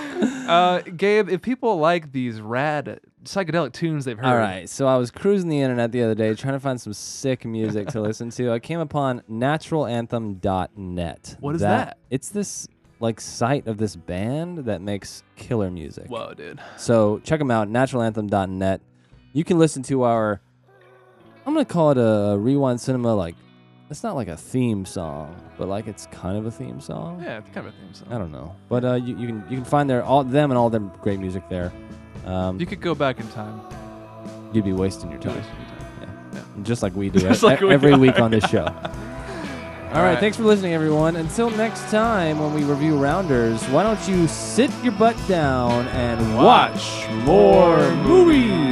[SPEAKER 2] uh, Gabe, if people like these rad psychedelic tunes they've heard,
[SPEAKER 1] All right, so I was cruising the internet the other day trying to find some sick music to listen to. I came upon naturalanthem.net.
[SPEAKER 2] What is that?
[SPEAKER 1] It's this like site of this band that makes killer music.
[SPEAKER 2] whoa, dude,
[SPEAKER 1] So check them out, naturalanthem.net. You can listen to our, I'm going to call it a Rewind Cinema, like, it's not like a theme song, but like it's kind of a theme song.
[SPEAKER 2] yeah, it's kind of a theme song.
[SPEAKER 1] I don't know. But uh, you, you can you can find their all them and all their great music there. Um,
[SPEAKER 2] You could go back in time.
[SPEAKER 1] You'd be wasting your time. Yeah. Just like we do
[SPEAKER 2] Just
[SPEAKER 1] e-
[SPEAKER 2] like we
[SPEAKER 1] every
[SPEAKER 2] are.
[SPEAKER 1] week on this show. All right,
[SPEAKER 2] right.
[SPEAKER 1] thanks for listening, everyone. Until next time when we review Rounders, why don't you sit your butt down and watch more movies?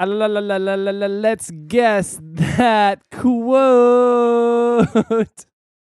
[SPEAKER 1] Ah, la, la, la, la, la, la, Let's guess that quote.